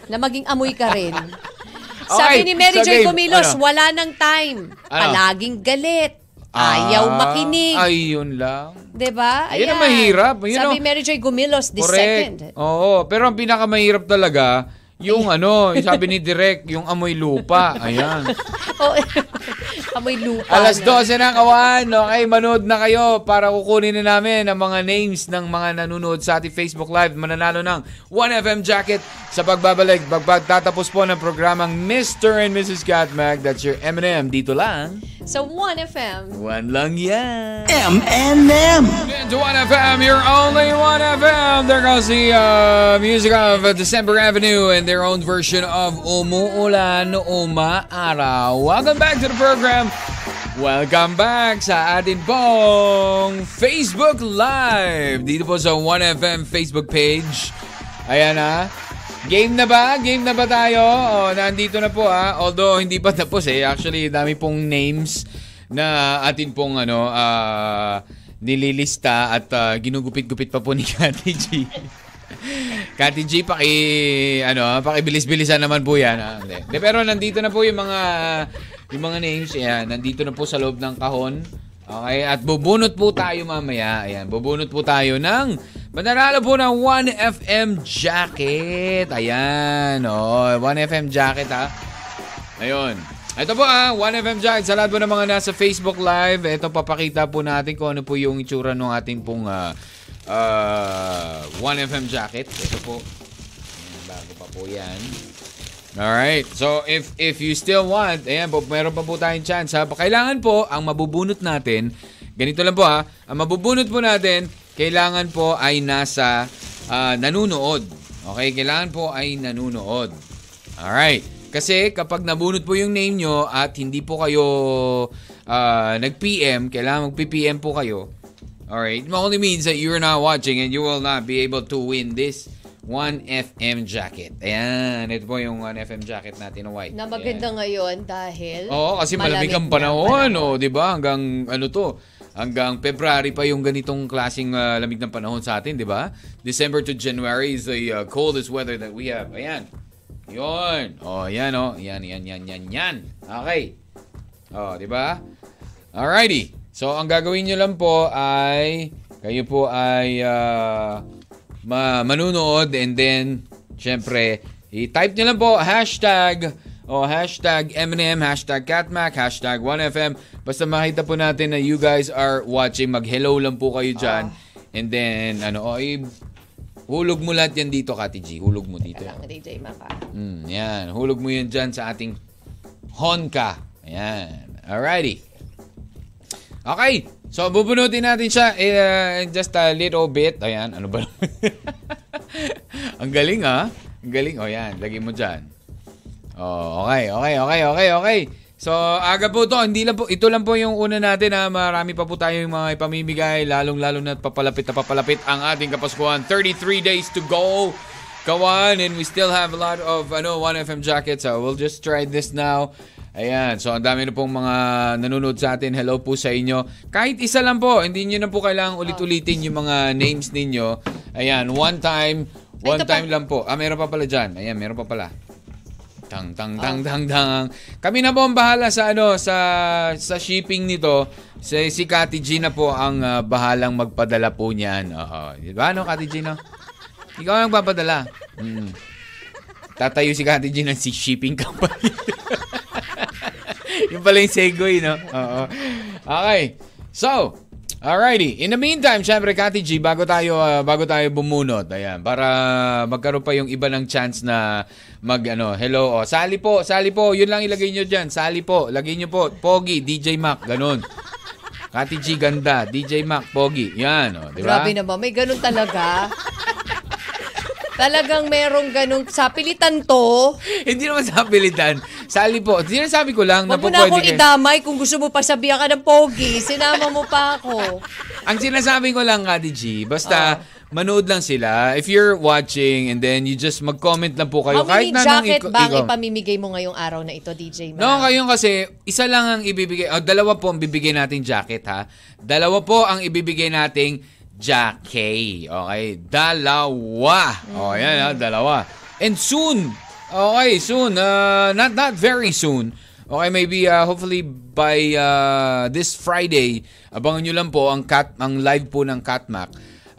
Speaker 3: na maging amoy ka rin. Sabi ni Mary
Speaker 2: sa
Speaker 3: Joy
Speaker 2: game,
Speaker 3: Comilos,
Speaker 2: ano?
Speaker 3: wala ng time. Palaging galit. Ayaw
Speaker 2: Ah,
Speaker 3: makinig.
Speaker 2: Ayun lang.
Speaker 3: 'Di ba?
Speaker 2: Ayun ang
Speaker 3: Ayan.
Speaker 2: mahirap. Yun ang-
Speaker 3: Sabi Mary Joy Gumilos, the second.
Speaker 2: Oo, pero ang pinakamahirap talaga, yung ano, yung sabi ni Direk, yung amoy lupa. Ayan.
Speaker 3: Oh, amoy lupa.
Speaker 2: Alas
Speaker 3: na.
Speaker 2: 12 na kawan. Okay, manood na kayo para kukunin na namin ang mga names ng mga nanonood sa ating Facebook Live. Mananalo ng 1FM jacket sa pagbabalik. Bagbag tatapos po ng programang Mr. and Mrs. Catmag. That's your M&M. Dito lang.
Speaker 3: sa 1FM.
Speaker 2: One lang yan.
Speaker 1: M&M.
Speaker 2: Into 1FM, your only 1FM. There goes the uh, music of December Avenue and their own version of Umuulan Umaaraw. Welcome back to the program. Welcome back sa atin pong Facebook Live. Dito po sa 1FM Facebook page. Ayan ha. Game na ba? Game na ba tayo? O, nandito na po ah. Although hindi pa tapos eh. Actually, dami pong names na atin pong ano, ah, nililista at ah, ginugupit-gupit pa po ni Kati G. Kati G, paki, ano, pakibilis-bilisan naman po yan. Ah. Hindi. Hindi, pero nandito na po yung mga, yung mga names. Ayan, nandito na po sa loob ng kahon. Okay, at bubunot po tayo mamaya. Ayan, bubunot po tayo ng mananalo po ng 1FM jacket. Ayan, oh, 1FM jacket ah. ha. Ayun. Ito po ah, 1FM jacket. Sa lahat po ng mga nasa Facebook Live, ito papakita po natin kung ano po yung itsura ng ating pong ah, ah, 1FM jacket. Ito po. Ayan, bago pa po yan. Alright. So, if if you still want, ayan po, meron pa po tayong chance ha. Kailangan po, ang mabubunot natin, ganito lang po ha, ang mabubunot po natin, kailangan po ay nasa ah, nanunood. Okay? Kailangan po ay nanunood. Alright. Kasi kapag nabunot po yung name nyo at hindi po kayo ah, nag-PM, kailangan mag-PM po kayo. All right. It only means that you're not watching and you will not be able to win this 1FM jacket. Ayan. Ito po yung 1FM jacket natin na white.
Speaker 3: Na maganda ngayon
Speaker 2: Ayan.
Speaker 3: dahil...
Speaker 2: Oo, kasi malamig ang
Speaker 3: na
Speaker 2: panahon. oh. O,
Speaker 3: panahon.
Speaker 2: di ba? Hanggang ano to? Hanggang February pa yung ganitong klaseng ah, lamig ng panahon sa atin, di ba? December to January is the ah, coldest weather that we have. Ayan. Yun. O, ayan o. Ayan, yan, yan, yan, yan. Okay. Oh, di ba? Alrighty. So, ang gagawin nyo lang po ay kayo po ay ah, ma- manunood and then, syempre, i-type nyo lang po hashtag o hashtag M&M, hashtag Catmac, hashtag 1FM. Basta makita po natin na you guys are watching. Mag-hello lang po kayo dyan. And then, ano, o, i- hulog mo lahat yan dito, Kati G. Hulog mo dito.
Speaker 3: Kailangan DJ Maka.
Speaker 2: Mm, yan. Hulog mo yan dyan sa ating Honka. Ayan. Alrighty. Okay. So, bubunutin natin siya eh, in just a little bit. Ayan. Ano ba? Ang galing, ah. Ang galing. O, yan. Lagay mo dyan. Oh, okay, okay, okay, okay, okay. So, aga po to. Hindi lang po, ito lang po yung una natin ha. Marami pa po tayong mga ipamimigay. Lalong-lalo na at papalapit na papalapit ang ating Kapaskuhan. 33 days to go. Go on. And we still have a lot of ano, 1FM jackets. So, we'll just try this now. Ayan. So, ang dami na pong mga nanonood sa atin. Hello po sa inyo. Kahit isa lang po. Hindi nyo na po kailangang ulit-ulitin yung mga names ninyo. Ayan. One time. One
Speaker 3: Ay, ito pa.
Speaker 2: time lang po. Ah, meron pa pala dyan. Ayan, meron pa pala. Tang tang tang tang tang. Kami na po ang bahala sa ano sa sa shipping nito. Si si Kati G na po ang ah, bahalang magpadala po niyan. Oo. Di ba no Kati G no? Ikaw ang papadala. Mm. Tatayo si Kati G ng si shipping company. yung pala yung segue, no? Oo. Okay. So, alrighty. In the meantime, syempre, Kati G, bago tayo, ah, bago tayo bumunot, ayan, para magkaroon pa yung iba ng chance na mag, ano, hello, oh, sali po, sali po, yun lang ilagay nyo dyan, sali po, lagay nyo po, Pogi, DJ Mac, ganun. Kati G, ganda, DJ Mac, Pogi, yan, oh, di ba?
Speaker 3: Grabe naman, may ganun talaga. Talagang merong ganun. Sa pilitan to,
Speaker 2: Hindi naman sa pilitan. Sali po. Sinasabi ko lang na
Speaker 3: huwag
Speaker 2: po
Speaker 3: mo na akong
Speaker 2: pwede kayo-
Speaker 3: idamay kung gusto mo pa sabihan ka ng pogi. Sinama mo pa ako.
Speaker 2: Ang sinasabi ko lang, Kati G, basta manood lang sila. If you're watching and then you just mag-comment lang po kayo.
Speaker 3: How many
Speaker 2: na nang
Speaker 3: jacket
Speaker 2: iko-
Speaker 3: ba ang
Speaker 2: ikaw-
Speaker 3: ipamimigay mo ngayong araw na ito, DJ Mac?
Speaker 2: No, ngayon kasi, isa lang ang ibibigay. O, dalawa po ang bibigay nating jacket, ha? Dalawa po ang ibibigay nating jacket. Okay? Dalawa. O, yan, ha? Dalawa. And soon. Okay, soon. Uh, not, not very soon. Okay, maybe uh, hopefully by uh, this Friday, abangan nyo lang po ang, cat, ang live po ng Catmac.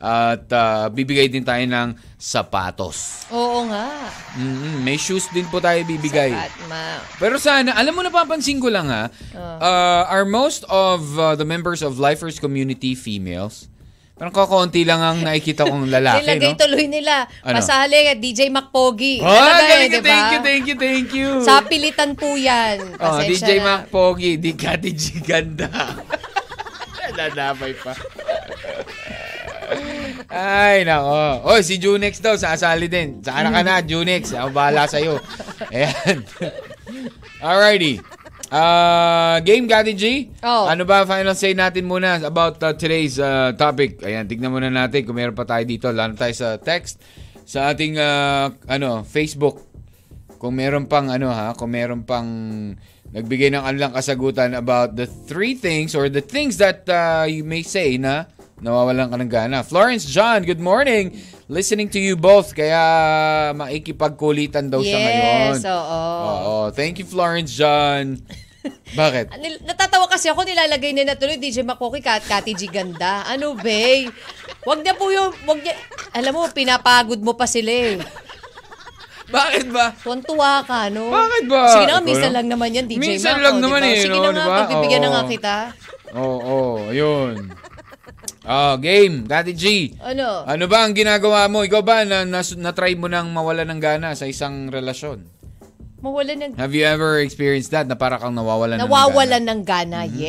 Speaker 2: At uh, bibigay din tayo ng sapatos.
Speaker 3: Oo nga.
Speaker 2: mm May shoes din po tayo bibigay.
Speaker 3: Sapat, Ma.
Speaker 2: Pero sana, alam mo napapansin ko lang Ah, ha,
Speaker 3: Ah.
Speaker 2: uh, are most of uh, the members of Lifers community females? Parang kakaunti lang ang nakikita kong lalaki,
Speaker 3: Nilagay
Speaker 2: no?
Speaker 3: tuloy nila.
Speaker 2: Ano?
Speaker 3: Pasali, DJ Macpogi.
Speaker 2: Oh,
Speaker 3: Nilagay,
Speaker 2: galing
Speaker 3: diba?
Speaker 2: Thank you, thank you, thank you.
Speaker 3: Sa pilitan po yan.
Speaker 2: Oh,
Speaker 3: Pasensya
Speaker 2: DJ
Speaker 3: na.
Speaker 2: Mac Pogi, di ka DJ ganda. Nanabay pa. Ay, nako. Oy, si Junex daw, sasali din. Saan ka na, Junex? Ako bahala sa'yo. Ayan. Alrighty. Uh, game, Gati G.
Speaker 3: Oh.
Speaker 2: Ano ba ang final say natin muna about uh, today's uh, topic? Ayan, tignan muna natin kung meron pa tayo dito. Lalo tayo sa text sa ating uh, ano Facebook. Kung meron pang ano ha, kung meron pang nagbigay ng anlang kasagutan about the three things or the things that uh, you may say na nawawalan ka ng gana. Florence John, good morning. Listening to you both. Kaya maikipagkulitan daw siya ngayon.
Speaker 3: Yes, oo.
Speaker 2: Oo. Thank you, Florence John. Bakit?
Speaker 3: Nil- Natatawa kasi ako, nilalagay na natuloy DJ Makoki at Kati G. Ganda. Ano, babe? Wag na po yung, wag niya, alam mo, pinapagod mo pa sila eh.
Speaker 2: Bakit ba?
Speaker 3: Tuwan-tuwa ka, no?
Speaker 2: Bakit ba?
Speaker 3: Sige na
Speaker 2: Ikaw
Speaker 3: nga, minsan
Speaker 2: lang.
Speaker 3: lang naman yan, DJ
Speaker 2: Minsan
Speaker 3: Mac,
Speaker 2: lang
Speaker 3: oh, di
Speaker 2: naman
Speaker 3: ba?
Speaker 2: eh,
Speaker 3: Sige
Speaker 2: no,
Speaker 3: na
Speaker 2: di
Speaker 3: nga,
Speaker 2: ba?
Speaker 3: pagbibigyan na
Speaker 2: Oo.
Speaker 3: nga kita.
Speaker 2: Oo, oh, yun. Ah, game. Daddy G.
Speaker 3: Ano?
Speaker 2: Ano ba ang ginagawa mo? Ikaw ba na, nas- na-try mo nang mawala ng gana sa isang relasyon?
Speaker 3: Mawala ng
Speaker 2: Have you ever experienced that na para kang nawawalan
Speaker 3: nawawalan
Speaker 2: ng gana? Mm-hmm,
Speaker 3: ng gana,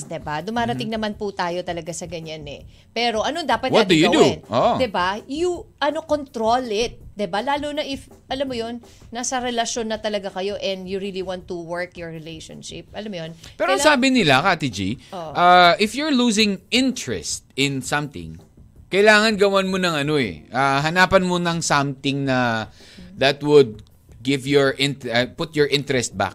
Speaker 3: yes. 'di ba? Dumarating naman po tayo talaga sa ganyan eh. Pero ano dapat
Speaker 2: What
Speaker 3: natin
Speaker 2: do you do? Ah.
Speaker 3: gawin?
Speaker 2: Oo.
Speaker 3: 'Di ba? You ano control it, 'di ba? Lalo na if alam mo 'yun, nasa relasyon na talaga kayo and you really want to work your relationship. Alam mo 'yun?
Speaker 2: Pero ang sabi nila, Kati G,
Speaker 3: Oo.
Speaker 2: ah, if you're losing interest in something, kailangan gawan mo ng ano eh. ah, hanapan mo ng something na that would give your int- ah, put your interest back.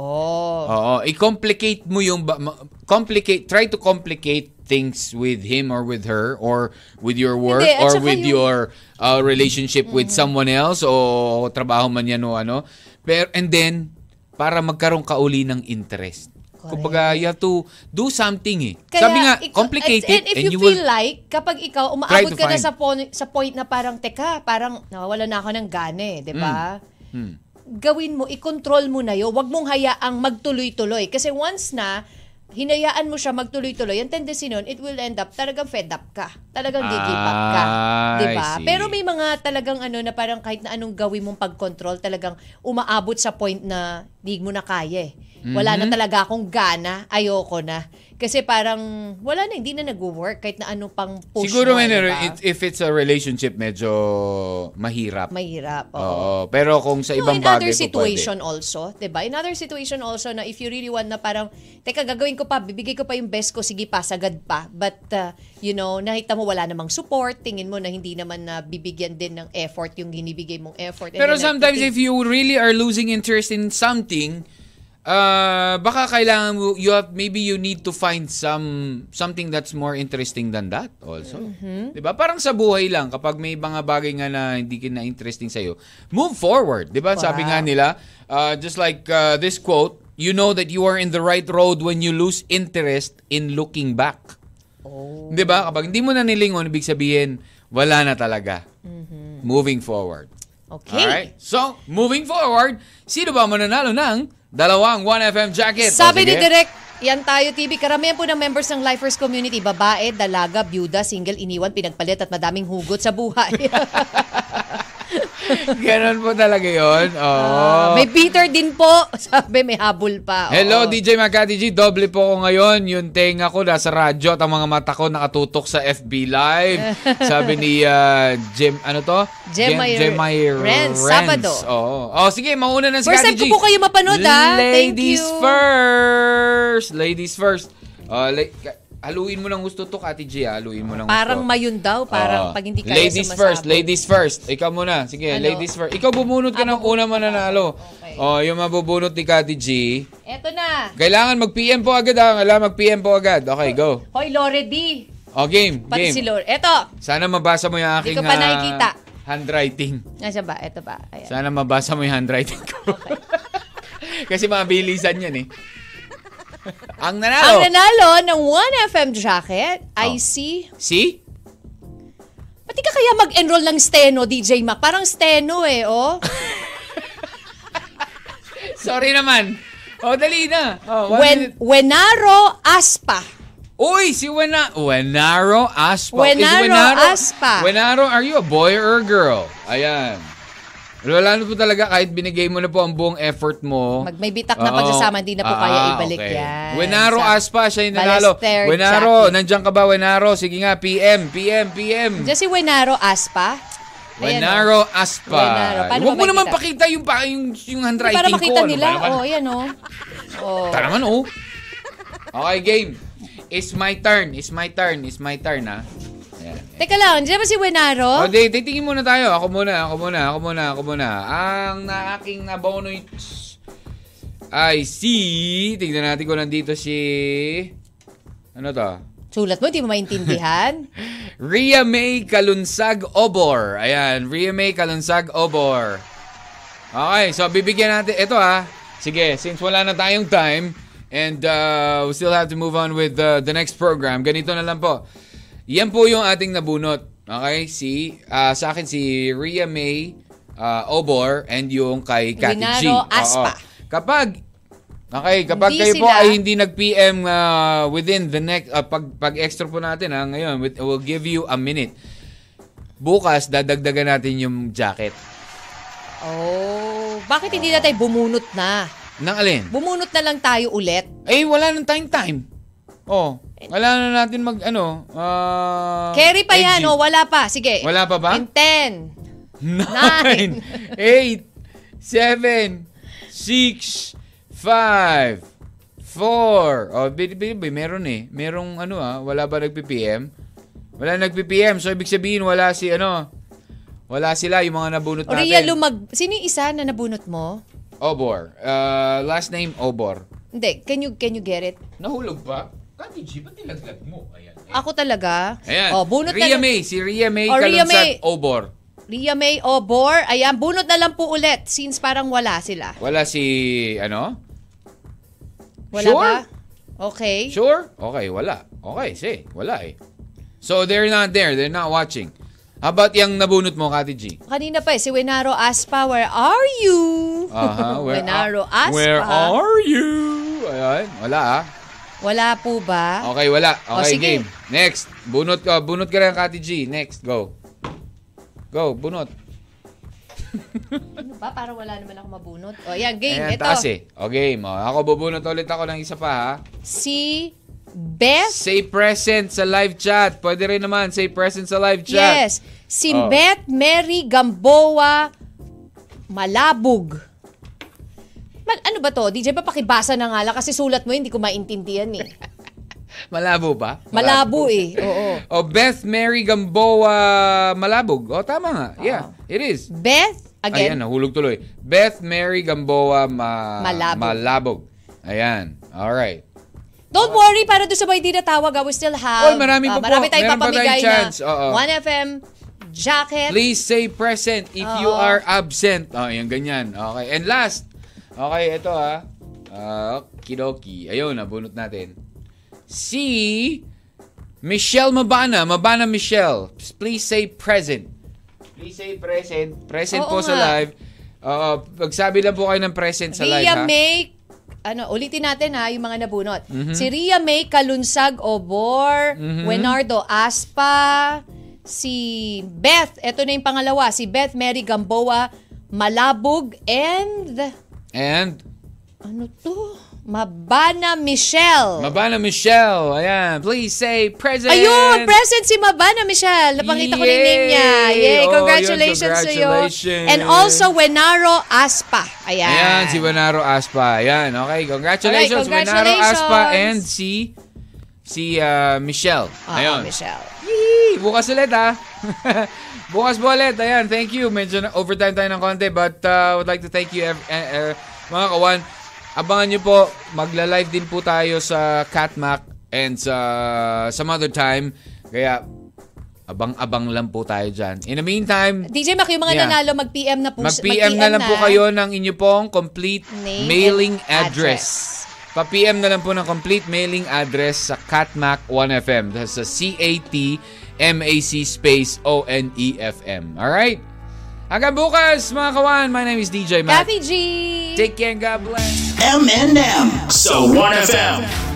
Speaker 3: Oo.
Speaker 2: Oo, i-complicate mo yung ba- ma- complicate try to complicate things with him or with her or with your work
Speaker 3: Hindi, at
Speaker 2: or
Speaker 3: saka
Speaker 2: with
Speaker 3: yung- Mm.
Speaker 2: your uh, relationship with someone else o trabaho man yan o ano. Pero and then para magkaroon ka uli ng interest.
Speaker 3: Correct.
Speaker 2: Kumbaga, you have to do something eh.
Speaker 3: Kaya,
Speaker 2: Sabi nga,
Speaker 3: ik-
Speaker 2: complicate
Speaker 3: and,
Speaker 2: it
Speaker 3: and if you, feel like kapag ikaw umaabot
Speaker 2: to
Speaker 3: ka na
Speaker 2: find.
Speaker 3: sa, pon- sa point na parang teka, parang nawawala na ako ng eh, diba? gane, 'di ba?
Speaker 2: Mm. Hmm.
Speaker 3: Gawin mo, i-control mo na 'yo. Huwag mong hayaang magtuloy-tuloy kasi once na hinayaan mo siya magtuloy-tuloy, ang tendency nun, it will end up talagang fed up ka. Talagang give up ka.
Speaker 2: Ah,
Speaker 3: 'Di
Speaker 2: I
Speaker 3: ba?
Speaker 2: see.
Speaker 3: Pero may mga talagang ano na parang kahit na anong gawin mong pag-control, talagang umaabot sa point na di mo na kaya eh. Wala
Speaker 2: Mm-hmm.
Speaker 3: na talaga akong gana, ayoko na. Kasi parang wala na, hindi na nag-work kahit na ano pang push
Speaker 2: siguro
Speaker 3: mo. diba?
Speaker 2: may
Speaker 3: di
Speaker 2: nare-
Speaker 3: ba?
Speaker 2: it- if it's a relationship, medyo mahirap.
Speaker 3: Mahirap. oo.
Speaker 2: Oo, pero kung sa
Speaker 3: No,
Speaker 2: ibang
Speaker 3: in
Speaker 2: bagay po
Speaker 3: other
Speaker 2: pwede.
Speaker 3: situation also, 'di ba? In other situation also na if you really want na parang teka gagawin ko pa, bibigay ko pa yung best ko, sige pa, sagad pa. But uh, you know, nakita mo wala namang support, tingin mo na hindi naman na bibigyan din ng effort yung ginibigay mong effort. And
Speaker 2: Pero
Speaker 3: then
Speaker 2: sometimes if
Speaker 3: nagtitig-
Speaker 2: you really are losing interest in something, uh, baka kailangan mo, you have, maybe you need to find some, something that's more interesting than that also.
Speaker 3: Mm-hmm.
Speaker 2: 'Di ba Parang sa buhay lang, kapag may mga bagay nga na hindi na interesting sa'yo, move forward. 'Di ba Sabi nga nila, uh, just like uh, this quote, you know that you are in the right road when you lose interest in looking back.
Speaker 3: Oh.
Speaker 2: 'Di ba? Kapag hindi mo na nilingon, ibig sabihin, wala na talaga.
Speaker 3: Mm-hmm.
Speaker 2: Moving forward.
Speaker 3: Okay.
Speaker 2: Alright. So, moving forward, sino ba mananalo ng dalawang 1FM jacket?
Speaker 3: Sabi
Speaker 2: O,
Speaker 3: ni
Speaker 2: sige.
Speaker 3: Direk, yan tayo TV. Karamihan po ng members ng Lifers Community, babae, dalaga, byuda, single, iniwan, pinagpalit at madaming hugot sa buhay.
Speaker 2: Ganun po talaga yun. Oo.
Speaker 3: Ah, may bitter din po. Sabi, may habol pa.
Speaker 2: Oh. Hello,
Speaker 3: Oo.
Speaker 2: DJ Makati G. Doble po ako ngayon. Yung tenga ko nasa radyo at ang mga mata ko nakatutok sa FB Live. Sabi ni ah, Jim, ano to?
Speaker 3: Jemay-
Speaker 2: Jem- Jemay
Speaker 3: Renz, Sabado.
Speaker 2: Oo. Oh, sige, mauna na si
Speaker 3: First
Speaker 2: Kati
Speaker 3: time
Speaker 2: G.
Speaker 3: ko po kayo mapanood, ah. Thank
Speaker 2: Ladies
Speaker 3: you.
Speaker 2: first. Ladies first. Ah, la- haluin mo ng gusto to, Kati G. ah. Haluin mo ng
Speaker 3: Parang
Speaker 2: gusto.
Speaker 3: mayun daw. Parang
Speaker 2: Oo.
Speaker 3: pag hindi kaya
Speaker 2: Ah. Ladies
Speaker 3: sumasabog.
Speaker 2: first, ladies first. Ikaw muna. Sige,
Speaker 3: Ano?
Speaker 2: ladies first. Ikaw bumunot ka
Speaker 3: Ah,
Speaker 2: ng una mananalo.
Speaker 3: Okay.
Speaker 2: Oh, yung mabubunot ni Kati G.
Speaker 3: Eto na.
Speaker 2: Kailangan mag-PM po agad ha. Kailangan mag-PM po agad. Okay, go.
Speaker 3: Hoy, Lore D.
Speaker 2: O, game.
Speaker 3: Pati
Speaker 2: game.
Speaker 3: si Lore. Eto.
Speaker 2: Sana mabasa mo yung aking
Speaker 3: Di ko pa
Speaker 2: ah,
Speaker 3: nakikita.
Speaker 2: handwriting.
Speaker 3: Nasaan ba? Eto ba? Ayan.
Speaker 2: Sana mabasa mo yung handwriting ko. Kasi mabilisan yan eh. Ang nanalo.
Speaker 3: Ang nanalo ng 1FM jacket
Speaker 2: Oh.
Speaker 3: ay si...
Speaker 2: si?
Speaker 3: Pati ka kaya mag-enroll ng steno, DJ Mac? Parang steno eh, oh.
Speaker 2: Sorry naman. O, dali na. O, one
Speaker 3: Wen,
Speaker 2: minute.
Speaker 3: Wenaro Aspa.
Speaker 2: Uy, si Wena Wenaro Aspa. Is
Speaker 3: Wenaro Aspa.
Speaker 2: Wenaro, are you a boy or a girl? Ayan. Wala na po talaga kahit binigay mo na po ang buong effort mo.
Speaker 3: Mag- may bitak
Speaker 2: Oo.
Speaker 3: na
Speaker 2: Ah,
Speaker 3: pagsasama, hindi na po kaya ibalik yan.
Speaker 2: Wenaro
Speaker 3: Sa-
Speaker 2: Aspa, siya yung nanalo.
Speaker 3: Ballester
Speaker 2: Wenaro,
Speaker 3: jacket.
Speaker 2: nandiyan ka ba, Wenaro? Sige nga, PM, PM, PM.
Speaker 3: Diyan si Wenaro Aspa. Ayan,
Speaker 2: Wenaro
Speaker 3: oh. Wenaro.
Speaker 2: Aspa.
Speaker 3: Paano
Speaker 2: Huwag
Speaker 3: ba
Speaker 2: mo naman pakita
Speaker 3: makita?
Speaker 2: yung, pa- yung, yung handwriting
Speaker 3: Para
Speaker 2: ko.
Speaker 3: makita
Speaker 2: Ano
Speaker 3: nila.
Speaker 2: ba naman?
Speaker 3: Oh, ayan oh. Oh.
Speaker 2: Tara naman, oh. Okay, game. It's my turn. It's my turn. It's my turn, ha? Ayan.
Speaker 3: Teka lang, diyan ba si
Speaker 2: Oh,
Speaker 3: Wenaro?
Speaker 2: di, titingin muna tayo. Ako muna, ako muna, ako muna, ako muna. Ang na aking na bonus ay si... Tignan natin kung nandito si... Ano to?
Speaker 3: Sulat mo, di mo maintindihan.
Speaker 2: Ria May Kalunsag Obor. Ayan, Ria May Kalunsag Obor. Okay, so bibigyan natin ito ha. Sige, since wala na tayong time and uh, we still have to move on with uh, the next program. Ganito na lang po. Yan po yung ating nabunot. Okay, si ah, sa akin si Ria May ah, Obor and yung kay Kati G.
Speaker 3: Winaro Aspa.
Speaker 2: Oo. Kapag Okay, kapag
Speaker 3: Hindi
Speaker 2: kayo po
Speaker 3: sila-
Speaker 2: ay hindi nag-PM uh, within the next uh, pag pag extra po natin ha, ngayon with- we'll give you a minute. Bukas dadagdagan natin yung jacket.
Speaker 3: Oh, bakit hindi na tayo bumunot na?
Speaker 2: Nang alin?
Speaker 3: Bumunot na lang tayo ulit.
Speaker 2: Eh wala nang time time. Oh, wala na natin mag ano. ah,
Speaker 3: Carry pa
Speaker 2: edgy.
Speaker 3: yan, oh, wala pa. Sige.
Speaker 2: Wala pa ba?
Speaker 3: In 10.
Speaker 2: Nine, eight, seven, six, five, four. Oh, baby, baby, meron eh. Merong ano ah, wala ba nagpi-PM? Wala nagpi-PM. So, ibig sabihin, wala si ano, wala sila yung mga nabunot natin.
Speaker 3: Oria, lumag... Sino yung isa na nabunot mo?
Speaker 2: Obor. Uh, last name, Obor.
Speaker 3: Hindi, can you, can you get it?
Speaker 2: Nahulog ba? Kati G, ba't nilaglag mo? Ayan.
Speaker 3: Ako talaga.
Speaker 2: Ayan.
Speaker 3: Oh, bunot
Speaker 2: Ria
Speaker 3: na lang.
Speaker 2: May. Si Ria May
Speaker 3: Oh, Ria May.
Speaker 2: Kalunsag, Obor.
Speaker 3: Ria May Obor. Ayan, bunot na lang po ulit since parang wala sila.
Speaker 2: Wala si, ano?
Speaker 3: Wala
Speaker 2: Sure?
Speaker 3: ba? Okay.
Speaker 2: Sure? Okay, wala. Okay, say, wala eh. So they're not there, they're not watching. How about yung nabunot mo, Kati G?
Speaker 3: Kanina pa eh, si Wenaro Aspa, where are you?
Speaker 2: Aha, where,
Speaker 3: Wenaro
Speaker 2: ah,
Speaker 3: Aspa.
Speaker 2: Where are you? Ayan, wala ah.
Speaker 3: Wala po ba?
Speaker 2: Okay, wala.
Speaker 3: O,
Speaker 2: Okay,
Speaker 3: Ah, sige.
Speaker 2: game. Next. Bunot ka, bunot ka lang, Kati G. Next, go. Go, bunot.
Speaker 3: Ano ba? Parang wala naman ako mabunot. O, ayan, game.
Speaker 2: Ayan,
Speaker 3: Ito.
Speaker 2: taas eh. O, game. O, ako bubunot ulit ako ng isa pa ha.
Speaker 3: Si Beth.
Speaker 2: Say present sa live chat. Pwede rin naman, say present sa live chat.
Speaker 3: Yes. Si
Speaker 2: Oh.
Speaker 3: Beth Mary Gamboa Malabog. Mal- ano ba to? DJ, papakibasa na nga lang kasi sulat mo yun, hindi ko maintindihan eh.
Speaker 2: Malabo ba?
Speaker 3: Malabo eh. Oo.
Speaker 2: O Beth Mary Gamboa Malabog. O tama nga. Yeah, it is.
Speaker 3: Beth,
Speaker 2: Ayan, oh.
Speaker 3: again.
Speaker 2: nahulog tuloy. Beth Mary Gamboa Ma-
Speaker 3: Malabog.
Speaker 2: Malabog. Ayan. All right.
Speaker 3: Don't worry, para doon sa mga hindi natawag, I will still have.
Speaker 2: Oh, marami pa
Speaker 3: ah,
Speaker 2: po.
Speaker 3: marami tayong
Speaker 2: Meron pa tayong
Speaker 3: papamigay
Speaker 2: chance.
Speaker 3: na
Speaker 2: Oo.
Speaker 3: 1FM jacket.
Speaker 2: Please say present if you
Speaker 3: Oo.
Speaker 2: are absent. O, ayan, ganyan. Okay. And last. Okay, ito ha. Uh, kidoki. Ayun, nabunot natin. Si Michelle Mabana. Mabana Michelle. Please say present. Please say present. Present
Speaker 3: Oo
Speaker 2: po sa
Speaker 3: nga.
Speaker 2: live. Oo, pagsabi lang po kayo ng present sa live, ha?
Speaker 3: Ria May, ano, ulitin natin ha, yung mga nabunot.
Speaker 2: Mhm.
Speaker 3: Si Ria May Kalunsag Obor, Wenardo Aspa, si Beth, eto na yung pangalawa, si Beth Mary Gamboa Malabog, and,
Speaker 2: And
Speaker 3: ano to? Mabana Michelle.
Speaker 2: Mabana Michelle. Ayan, please say present.
Speaker 3: Ayun, present si Mabana Michelle. Napakita ko na yung name niya.
Speaker 2: Yay!
Speaker 3: Yay,
Speaker 2: Oh,
Speaker 3: congratulations,
Speaker 2: yun,
Speaker 3: to you.
Speaker 2: congratulations.
Speaker 3: And also, Wenaro Aspa. Ayan.
Speaker 2: Ayan, si Wenaro Aspa. Ayan, okay. Congratulations,
Speaker 3: Alright,
Speaker 2: Wenaro Aspa
Speaker 3: congratulations.
Speaker 2: and si si ah, Michelle.
Speaker 3: Oo,
Speaker 2: Ayan.
Speaker 3: Oh, Michelle.
Speaker 2: Yee! Bukas ulit, ha? Bukas po ulit. Ayan, thank you. Medyo na overtime tayo ng konti. But uh, would like to thank you, ev- eh, eh, mga kawan. Abangan nyo po, magla-live din po tayo sa Catmac and sa some other time. Kaya, abang-abang lang po tayo dyan. In the meantime,
Speaker 3: DJ Mac, yung mga
Speaker 2: Yeah.
Speaker 3: nanalo, mag-PM na po.
Speaker 2: Mag-PM na lang po kayo ng inyo pong complete
Speaker 3: Name
Speaker 2: mailing
Speaker 3: and
Speaker 2: address. Pa-PM na lang po ng complete mailing address sa Catmac 1FM. That's sa C-A-T-M-A-C space E O-N-E-F-M. Alright? Hanggang bukas, mga kawan. My name is DJ Matt.
Speaker 3: Kathy G.
Speaker 2: Take care and God bless.
Speaker 1: M&M. So 1FM.